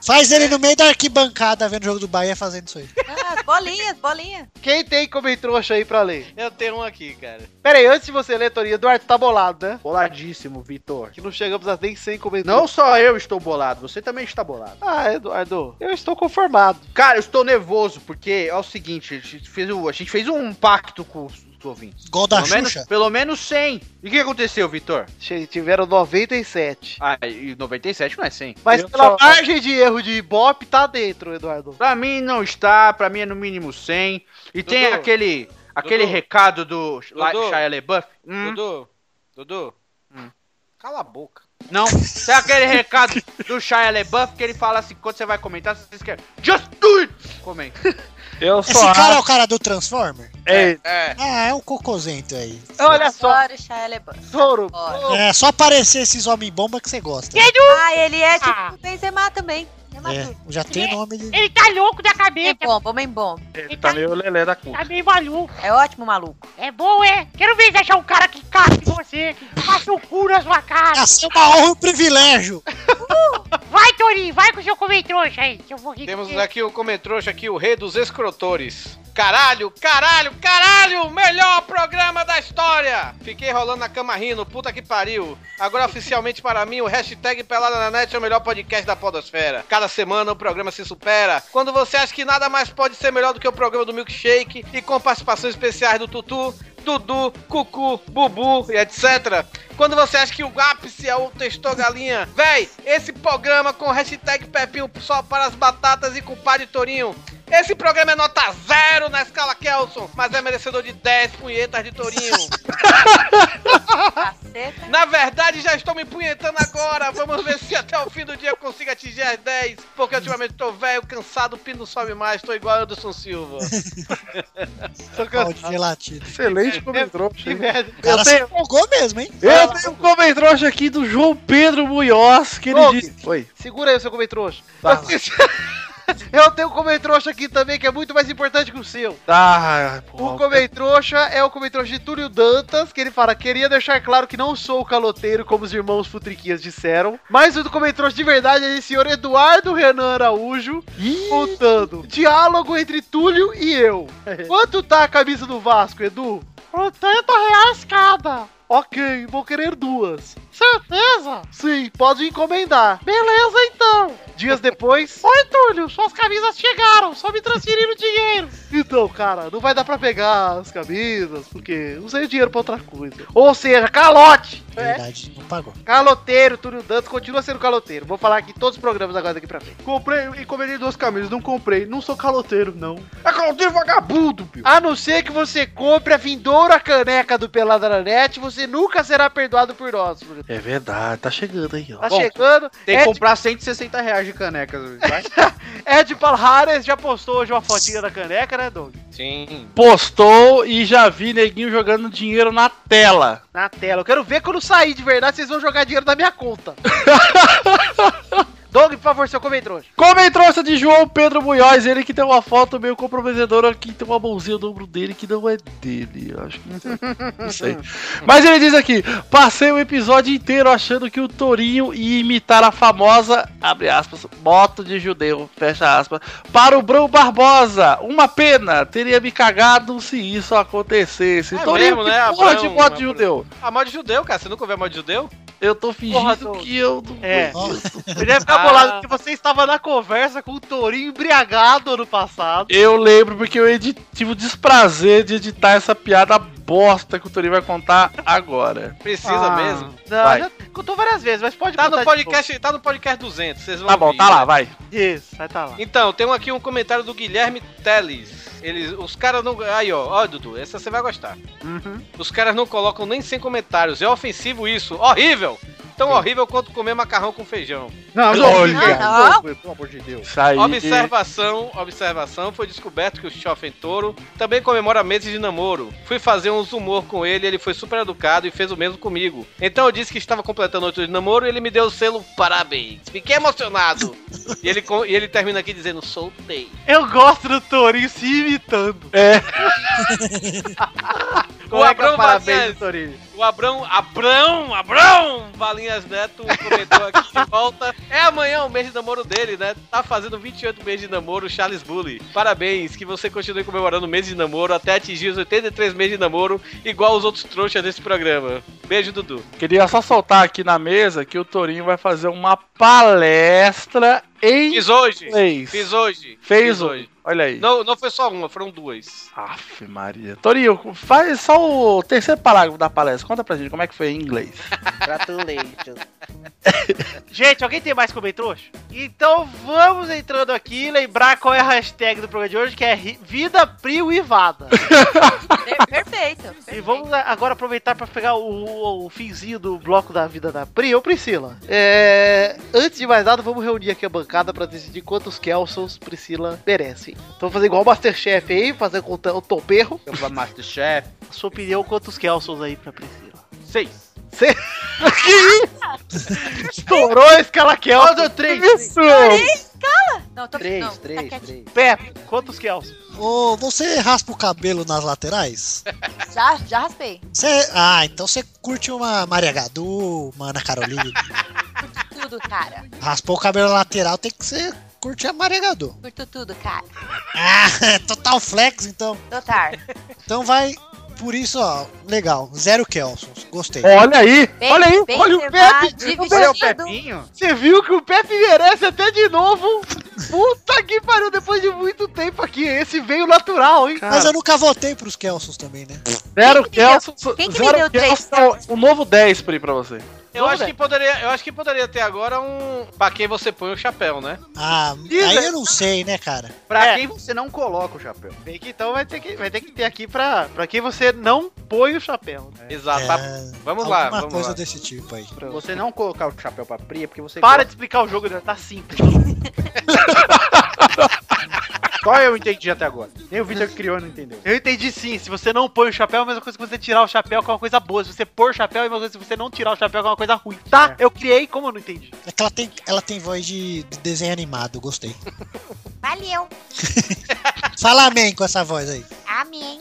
S4: Faz ele no meio da arquibancada vendo o jogo do Bahia fazendo isso aí.
S3: Ah, bolinhas, bolinhas.
S1: Quem tem comem trouxa aí pra ler?
S9: Eu tenho um aqui, cara.
S1: Pera aí, antes de você ler, Torinho, Eduardo tá bolado, né?
S5: Boladíssimo, Vitor.
S1: Que não chegamos a nem 100 comem
S5: Não só eu estou bolado, você também está bolado.
S1: Ah, Eduardo, eu estou conformado.
S5: Cara, eu estou nervoso, porque é o seguinte, a gente fez, o- a gente fez um pacto com os os ouvintes.
S4: Gol da
S5: pelo, menos,
S4: Xuxa.
S5: pelo menos 100. E o que aconteceu, Vitor?
S1: Che- Tiveram 97.
S5: Ah, e 97 não é 100.
S1: Mas
S2: Eu
S1: pela
S2: só-
S1: margem de erro de Ibope, tá dentro, Eduardo.
S5: Pra mim não está, pra mim é no mínimo 100. E tem
S9: Dudu.
S5: aquele aquele
S9: Dudu.
S5: recado do La-
S9: Dudu.
S5: Shia LaBeouf. Hum,
S9: Dudu, Dudu, cala a boca.
S5: não, tem aquele recado do Shia LaBeouf que ele fala assim, quando você vai comentar, você escreve, just do it! Comenta.
S2: Eu
S4: Esse cara é o cara do Transformer?
S2: É,
S9: É,
S4: Ah, é um cocôzento aí.
S1: Olha só,
S3: Bora, Shia LaBeouf.
S1: Toro.
S3: Bora.
S4: É só aparecer esses homem bomba que você gosta.
S3: Ah, ele é tipo
S8: Ah.
S3: o Benzema também. Benzema
S4: É,
S3: tudo.
S4: já tem nome de.
S8: Ele tá louco da
S3: Homem
S8: cabeça,
S3: bom, homem bom.
S2: ele tá meio lelé da conta.
S8: tá meio maluco.
S3: É ótimo, maluco.
S8: É bom, é? Quero ver você achar um cara que caça em você, que passa o cu na sua cara.
S4: Nasceu uma honra e um privilégio.
S8: Vai, Torinho, vai com o seu comentrouxa aí, que é? eu vou rir.
S9: temos
S8: aqui.
S9: aqui o comentrouxa aqui, o rei dos escrotores. Caralho, caralho, caralho, melhor programa da história. Fiquei rolando na cama rindo, puta que pariu. Agora oficialmente para mim, o hashtag Pelada na Net é o melhor podcast da podosfera. Cada semana o programa se supera. Quando você acha que nada mais pode ser melhor do que o programa do Milkshake e com participações especiais do Tutu, Dudu, Cucu, Bubu e etc. Quando você acha que o ápice é o Testou Galinha. Véi, esse programa com hashtag Pepinho só para as batatas e compadre Torinho. Esse programa é nota zero na escala Kelson, mas é merecedor de 10 punhetas de Torinho.
S3: Caceta.
S9: Na verdade, já estou me punhetando agora. Vamos ver se até o fim do dia eu consigo atingir
S1: é
S9: as 10. Porque ultimamente tô velho, cansado, o pino não sobe mais. Tô igual Anderson Silva.
S4: Pau de gelatina.
S2: Excelente comentário.
S1: É, Que merda.
S4: O cara se empolgou mesmo, hein?
S2: Eu tenho um comentário aqui do João Pedro Munhoz, que ele
S1: Ô,
S2: disse... Oi.
S1: Segura aí o seu comem trouxa.
S2: Tá.
S1: Eu tenho um comem trouxa aqui também, que é muito mais importante que o seu.
S2: Ah,
S1: O
S2: pô,
S1: Comem Trouxa é o Comem Trouxa de Túlio Dantas, que ele fala: queria deixar claro que não sou o caloteiro, como os irmãos Futriquinhas disseram. Mas o do Comem Trouxa de verdade é o senhor Eduardo Renan Araújo, contando diálogo entre Túlio e eu. Quanto tá a camisa do Vasco, Edu?
S8: 80 reais cada.
S1: Ok, vou querer duas.
S8: Certeza?
S1: Sim, pode encomendar.
S8: Beleza, então.
S1: Dias depois,
S8: Oi, Túlio, suas camisas chegaram, só me transferiram o dinheiro.
S7: Então, cara, não vai dar pra pegar as camisas, porque usei o dinheiro pra outra coisa. Ou seja, calote!
S9: É.
S4: Verdade, não pagou.
S1: Caloteiro, Túlio Dantas continua sendo caloteiro. Vou falar aqui todos os programas agora daqui pra frente.
S5: Comprei e comprei duas camisas, não comprei. Não sou caloteiro, não.
S1: É
S9: Tá um
S1: caloteiro vagabundo, pio. A não ser que você compre a vindoura caneca do Pelada na Net, você nunca será perdoado por nós. Túlio.
S2: É verdade, tá chegando aí, ó.
S1: Tá chegando.
S5: Tem que
S9: É
S1: Ed,
S5: comprar 160 reais de canecas hoje, vai?
S1: Ed Palhares já postou hoje uma fotinha da caneca, né, Doug?
S9: Sim.
S2: Postou e já vi neguinho jogando dinheiro na tela.
S1: Na tela. Eu quero ver quando sair de verdade, vocês vão jogar dinheiro da minha conta. Doug, por favor, seu comentário hoje.
S2: Como em trouxa de João Pedro Munhoz, ele que tem uma foto meio comprometedora que tem uma mãozinha no ombro dele que não é dele. eu Acho que não sei. não sei. Mas ele diz aqui: passei o episódio inteiro achando que o Torinho ia imitar a famosa, abre aspas, moto de judeu, fecha aspas, para o Brão Barbosa. Uma pena, teria me cagado se isso acontecesse.
S9: É
S2: Torinho,
S9: mesmo,
S2: que
S9: né,
S2: porra de
S9: Abrão,
S2: moto de
S9: Abrão.
S2: judeu?
S9: A moda de judeu, cara. Você nunca ouviu a moda de judeu?
S2: Eu tô fingindo
S1: Porra, Doug.
S2: que eu não
S1: É.
S2: conheço.
S1: Ele deve ficar bolado
S9: Ah.
S1: porque você estava na conversa com o Torinho embriagado ano passado.
S2: Eu lembro porque eu edi- tive o desprazer de editar essa piada bosta que o Torinho vai contar agora.
S9: Precisa mesmo.
S1: Ah. Não,
S2: Vai.
S1: já contou várias vezes, mas pode
S9: Ah. Tá
S1: contar
S9: no
S1: de
S9: podcast, tá no podcast 200, vocês vão
S2: Tá bom,
S9: ouvir.
S2: tá lá, vai.
S1: novo. Isso, vai tá lá.
S9: Então, tem um aqui um comentário do Guilherme Teles. Eles, os caras não. Aí, ó, ó, Dudu, essa você vai gostar. Os caras não colocam nem 100 comentários. É ofensivo isso. Horrível! Tão horrível quanto comer macarrão com feijão.
S5: Não,
S2: Olha.
S3: Ah,
S5: Pelo amor de Deus.
S2: Isso aí.
S9: Observação, observação, foi descoberto que o Schoffen Toro também comemora meses de namoro. Fui fazer uns humor com ele, ele foi super educado e fez o mesmo comigo. Então eu disse que estava completando oito de namoro e ele me deu o selo parabéns. Fiquei emocionado. e, ele, co- e ele termina aqui dizendo, soltei.
S1: Eu gosto do Torinho se imitando.
S2: É.
S1: Como
S9: O
S1: é que é
S9: Abrão
S1: o parabéns
S9: Vazias,
S1: do Torinho?
S9: o Abrão, Abrão, Abrão, Valinhas Neto comentou aqui de volta. É amanhã o mês de namoro dele, né? Tá fazendo 28 meses de namoro, Charles Bully. Parabéns, que você continue comemorando o mês de namoro até atingir os 83 meses de namoro, igual os outros trouxas desse programa. Beijo, Dudu.
S2: Queria só soltar aqui na mesa que o Torinho vai fazer uma palestra em
S9: Fiz hoje,
S2: inglês.
S9: fiz hoje.
S2: Fez hoje. Olha aí.
S9: Não, não foi só uma, foram duas.
S2: Aff, Maria. Torinho, faz só o terceiro parágrafo da palestra. Conta pra gente como é que foi em inglês.
S1: Gente, alguém tem mais comentário hoje? Então vamos entrando aqui lembrar qual é a hashtag do programa de hoje, que é ri- Vida Prio e Vada.
S3: per- perfeito. perfeito.
S1: E vamos a- agora aproveitar pra pegar o, o, o finzinho do bloco da vida da Pri. Ô, Priscila, é, antes de mais nada, vamos reunir aqui a bancada pra decidir quantos Kelsons Priscila merece. Então vamos fazer igual o Masterchef aí, fazer com o t- o toperro.
S5: Eu vou Masterchef.
S1: A sua opinião, quantos Kelsons aí pra Priscila?
S5: Seis.
S1: Estourou a escala Kelson.
S5: Todo três.
S2: Isso!
S3: Não, tô
S5: Três,
S3: não,
S5: três,
S3: tá
S5: três.
S1: Pepe, quantos Kelsons?
S4: Ô, você raspa o cabelo nas laterais?
S3: quietinho. Já, já raspei.
S4: Você- ah, então você curte uma Maria Gadu, uma Ana Carolina.
S3: Curto tudo, cara.
S4: Raspou o cabelo na lateral, tem que ser curtir a Maria Gadu.
S3: Curto tudo, cara.
S4: Ah, total flex, então.
S3: Dotar.
S4: Então vai, por isso, ó, legal. Zero Kelson, gostei.
S2: Olha aí!
S3: Bem,
S2: olha aí!
S3: bem
S2: olha o
S3: observado,
S2: Pepe!
S5: Seu
S3: dividido.
S5: Pepinho?
S1: Você viu que o Pepe merece até de novo? Puta que pariu, depois de muito tempo aqui. Esse veio natural, hein?
S4: Mas eu nunca votei pros Kelsons também, né?
S2: Zero
S3: Quem que me
S2: Kelson.
S3: quem que me
S2: Zero
S3: deu três
S2: Kelson. é o- O novo 10 pra ir pra você.
S9: Eu
S1: Vamos
S9: acho,
S1: ver.
S9: que poderia, eu acho que poderia ter agora um. Pra quem você põe o chapéu, né?
S4: Ah, aí eu não sei, né, cara?
S5: Pra
S1: É.
S5: quem você não coloca o chapéu?
S1: Bem que então vai ter que, vai ter, que ter aqui pra, pra quem você não põe o chapéu. né?
S9: Exato.
S4: É,
S9: tá- Vamos lá,
S4: alguma
S9: vamos
S4: coisa
S9: lá.
S4: desse tipo aí.
S5: Você não colocar o chapéu pra Pri é porque você.
S1: Para de explicar o jogo, já tá simples.
S5: gosta. Só eu entendi até agora. Nem o Vitor que criou não entendeu.
S1: Eu entendi sim, se você não põe o chapéu, é a mesma coisa que você tirar o chapéu, que é uma coisa boa. Se você pôr o chapéu, é a mesma coisa que você não tirar o chapéu, que é uma coisa ruim. Tá? Eu criei, como eu não entendi?
S4: É que ela tem, ela tem voz de, de desenho animado, gostei.
S3: Valeu.
S4: Fala amém com essa voz aí.
S3: Amém.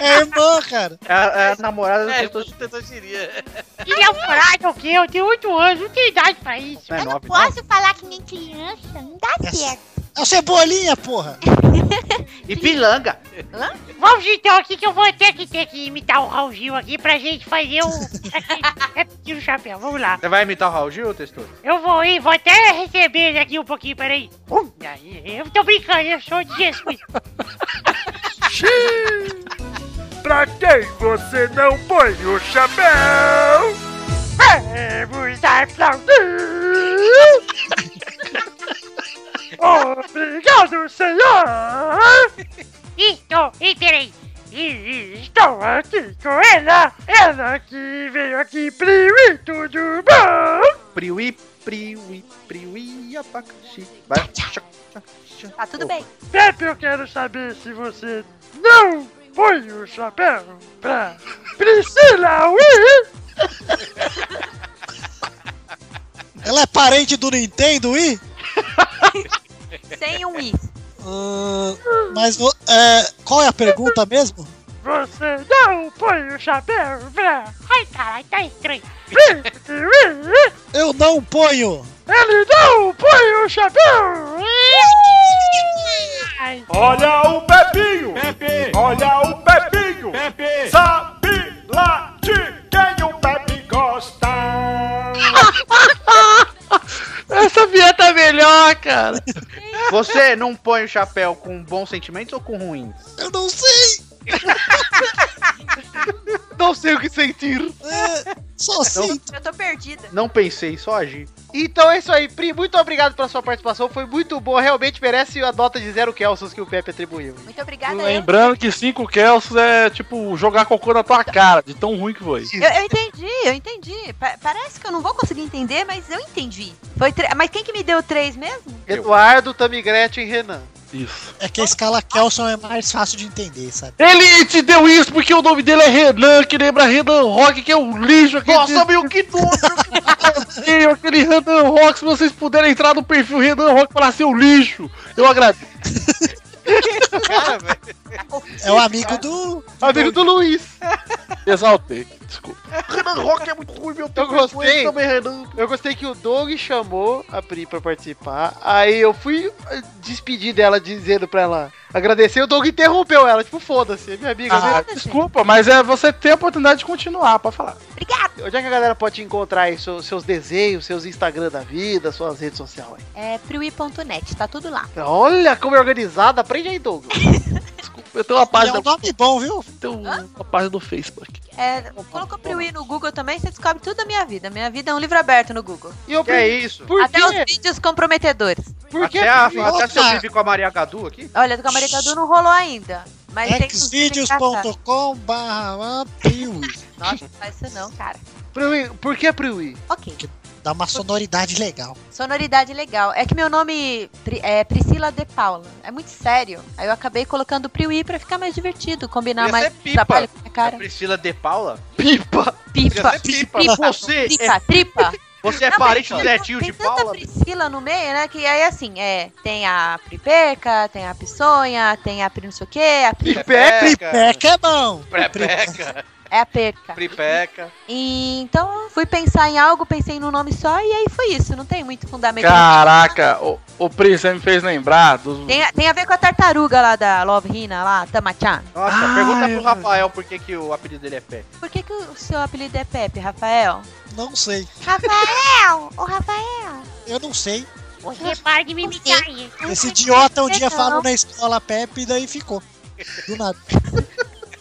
S4: É irmã, cara.
S5: É a, é a namorada do
S9: É,
S5: Teto-
S9: eu tô- eu diria.
S8: Ele é um frágil, o quê? Eu tenho 8 anos, não tenho idade pra isso.
S5: Não é nove, não?
S3: falar que nem criança. Não dá
S4: certo. É o Cebolinha, porra.
S5: E pilanga.
S8: Vamos então aqui que eu vou ter que ter que imitar o Raul Gil aqui pra gente fazer o. é pedir o chapéu, vamos lá.
S5: Você vai imitar o Raul Gil, testou?
S8: Eu vou ir, vou até receber ele aqui um pouquinho, peraí. Hum, aí, Eu tô brincando, eu sou de Jesus.
S12: Pra quem você não põe o chapéu?
S8: Vamos aplaudir!
S12: Obrigado, senhor!
S8: Estou, e peraí. E- e- Estou aqui com ela, ela que veio aqui, Priui, tudo bom?
S5: Priui, priui, priui, abacaxi. Vai.
S3: Tá tudo bem.
S12: Pepe, eu quero saber se você não põe o chapéu pra Priscila Wii!
S4: Ela é parente do Nintendo, e?
S3: Sem um i.
S4: Ah, mas vo- é, qual é a pergunta mesmo?
S12: Você não põe o chapéu pra
S8: Ai, caralho, tá estranho.
S12: Priscila Wii!
S4: Eu não ponho.
S12: Ele não põe o chapéu!
S8: Ai,
S12: Olha o Pepinho! Olha o Pepinho! Sabe lá de quem o Pepe gosta!
S2: Essa vinheta é melhor, cara.
S5: Você não põe o chapéu com bons sentimentos ou com ruins?
S4: Eu não sei.
S1: Não sei o que sentir.
S4: É, só sei.
S3: Eu tô perdida.
S5: Não pensei, só agi.
S1: Então é isso aí, Pri. Muito obrigado pela sua participação. Foi muito boa. Realmente merece a nota de zero Kelsons que o Pepe atribuiu.
S3: Muito obrigada. Eu,
S2: Lembrando que 5 Kelsos é tipo jogar cocô na tua cara, de tão ruim que foi.
S3: eu, eu entendi, eu entendi. Pa- parece que eu não vou conseguir entender, mas eu entendi. Foi tre- Mas quem que me deu três mesmo?
S1: Eduardo, Tamigrete e Renan.
S2: Isso.
S4: É que a escala Kelson é mais fácil de entender, sabe?
S2: Ele te deu isso porque o nome dele é Renan, que lembra Renan Rock, que é um lixo aqui.
S5: Nossa, meu, que nojo!
S2: Meu, aquele Renan Rock, se vocês puderem entrar no perfil Renan Rock para ser um lixo, eu agradeço.
S4: É o amigo do.
S1: Amigo do Luiz.
S2: Exaltei, desculpa.
S5: Renan Rock é muito ruim, meu
S1: Eu
S5: Deus,
S1: gostei.
S5: também, Renan.
S1: Eu gostei que o Doug chamou a Pri pra participar. Aí eu fui eh, despedir dela dizendo pra ela agradecer. O Doug interrompeu ela. Tipo, foda-se, é minha amiga.
S2: Ah, desculpa, mas é você tem a oportunidade de continuar pra falar.
S1: né? Onde é que a galera pode te encontrar aí? Seu- seus desenhos, seus Instagram da vida, suas redes sociais.
S3: É priui.net, tá tudo lá.
S1: Olha como é organizada. Aprende aí, Doug.
S2: Desculpa, eu tenho uma
S4: É
S2: página,
S4: um nome bom, viu?
S2: eu tenho um, uma página do Facebook.
S3: É, colocou priui no Google também, você descobre tudo da minha vida. Minha vida é um livro aberto no Google.
S1: E eu
S5: Que é isso?
S1: Por
S3: Até os
S1: quê?
S3: vídeos comprometedores.
S1: Por quê?
S5: até a,
S1: Pri?
S5: até seu
S4: Opa.
S5: bife com a Maria Gadu aqui?
S3: Olha, do Camarita Cadu não rolou ainda. Mas tem que
S4: Xvideos.com barra
S3: Nossa, não faz isso não, cara.
S1: Priui, por que Priui?
S3: Ok.
S4: Dá uma sonoridade legal.
S3: Sonoridade legal. É que meu nome Pri- é Priscila De Paula. É muito sério. Aí eu acabei colocando Priui pra ficar mais divertido, combinar
S5: Podia
S3: mais
S5: ser pipa.
S3: trabalho com a minha
S5: A
S3: cara.
S5: É Priscila De Paula?
S1: Pipa.
S3: Pipa.
S5: Podia ser pipa.
S3: Pipa.
S5: Você é
S3: Tripa, tripa.
S5: Você é
S3: Não,
S5: parente do
S3: mas
S5: Zetinho
S3: tem
S5: de
S3: tanta
S5: Paula?
S3: Priscila no meio, né? Que aí assim, é. Tem a Pripeca, tem a Pisonha, tem a Pri não sei o quê, a Pri.
S5: Pripeca.
S4: Peca é bom.
S5: Prepeca.
S3: É a Perca.
S5: Pripeca.
S3: E, então fui pensar em algo, pensei num nome só e aí foi isso. Não tem muito fundamento.
S2: Caraca, o, o Pri, você me fez lembrar dos.
S3: Tem a, tem a ver com a tartaruga lá da Love Hina, lá, Tamachan.
S5: Nossa,
S2: Ah,
S5: pergunta pro
S2: eu-
S5: Rafael por que, que o apelido dele é Pepe.
S3: Por que, que o seu apelido é Pepe, Rafael?
S4: Não sei.
S3: Rafael! Ô, Rafael!
S4: Eu não sei.
S8: Você para de me imitar aí.
S4: Esse idiota um
S3: sei
S4: dia
S3: não.
S4: falou na escola Pepe e daí ficou. Do nada.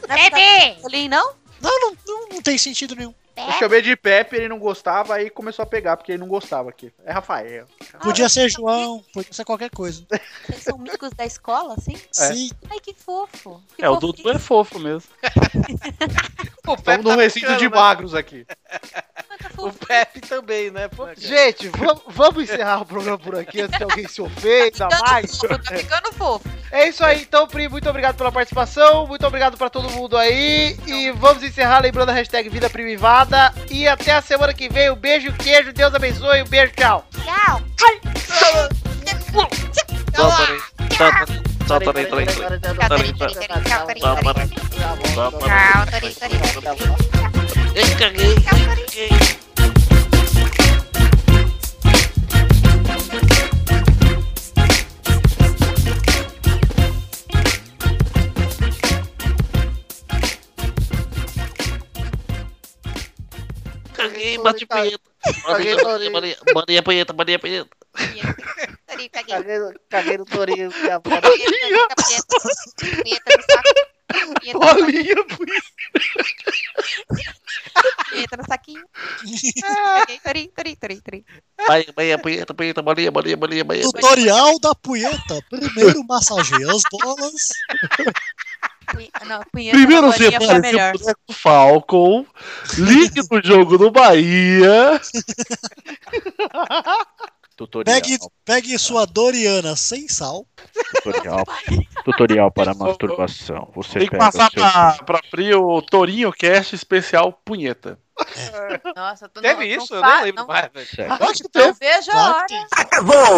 S3: Não é
S8: Bebê!
S3: Pepe, não?
S4: Não, não, não, não tem sentido nenhum.
S5: Eu chamei de Pepe, ele não gostava, aí começou a pegar, porque ele não gostava aqui. É Rafael.
S3: Ah,
S4: Podia ser João, podia ser qualquer coisa.
S3: Vocês são amigos da escola, assim?
S4: Sim,
S3: Ai, que fofo. Que
S2: É, o
S3: fofinho.
S2: Dudu é fofo mesmo.
S1: O
S5: Estamos
S9: tá
S5: no recinto de magros aqui.
S3: Tá
S9: O
S3: fofinho.
S9: Pepe também, né? Pô,
S1: Gente, vamos, vamos encerrar o programa por aqui antes que alguém se ofenda
S3: Tá ficando
S1: mais.
S3: fofo, tá ficando fofo.
S1: É isso aí, então, Pri, muito obrigado pela participação, muito obrigado pra todo mundo aí. E vamos encerrar lembrando a hashtag Vida Privada. E até a semana que vem. Um beijo, queijo, Deus abençoe, um beijo, tchau.
S4: tá-
S3: Legal. Tá
S8: Tchau, Tori, Tori, Tori.
S13: bate punheta.
S7: Caguei no torinho.
S13: Maria, Maria punheta, Maria punheta.
S7: Caguei no- Caguei no torinho. minha
S13: Bolinha.
S7: puta.
S3: Bolinha,
S13: Punheta no saquinho.
S3: Torinho, torinho, torinho, torinho.
S13: Vai, Maria punheta, punheta, Maria, Maria, Maria, Maria.
S4: Tutorial da punheta. Primeiro massageia as bolas.
S3: Não, punheta
S2: Primeiro
S3: na bolinha
S2: separe
S3: foi é a
S2: o
S3: melhor.
S2: boneco do Falcon, ligue no jogo do Bahia.
S14: Tutorial.
S4: Pegue, pegue sua Doriana sem sal.
S14: Tutorial, tutorial para masturbação. Você
S2: Tem que
S14: pega o
S2: passar
S14: seu...
S2: pra, pra Pri o Torinho Cast especial punheta.
S3: Nossa, tu
S9: Teve
S3: não,
S9: isso?
S3: não
S9: Eu nem
S3: fa-
S9: lembro Então,
S3: não-
S9: mais, velho.
S3: Não vejo a hora.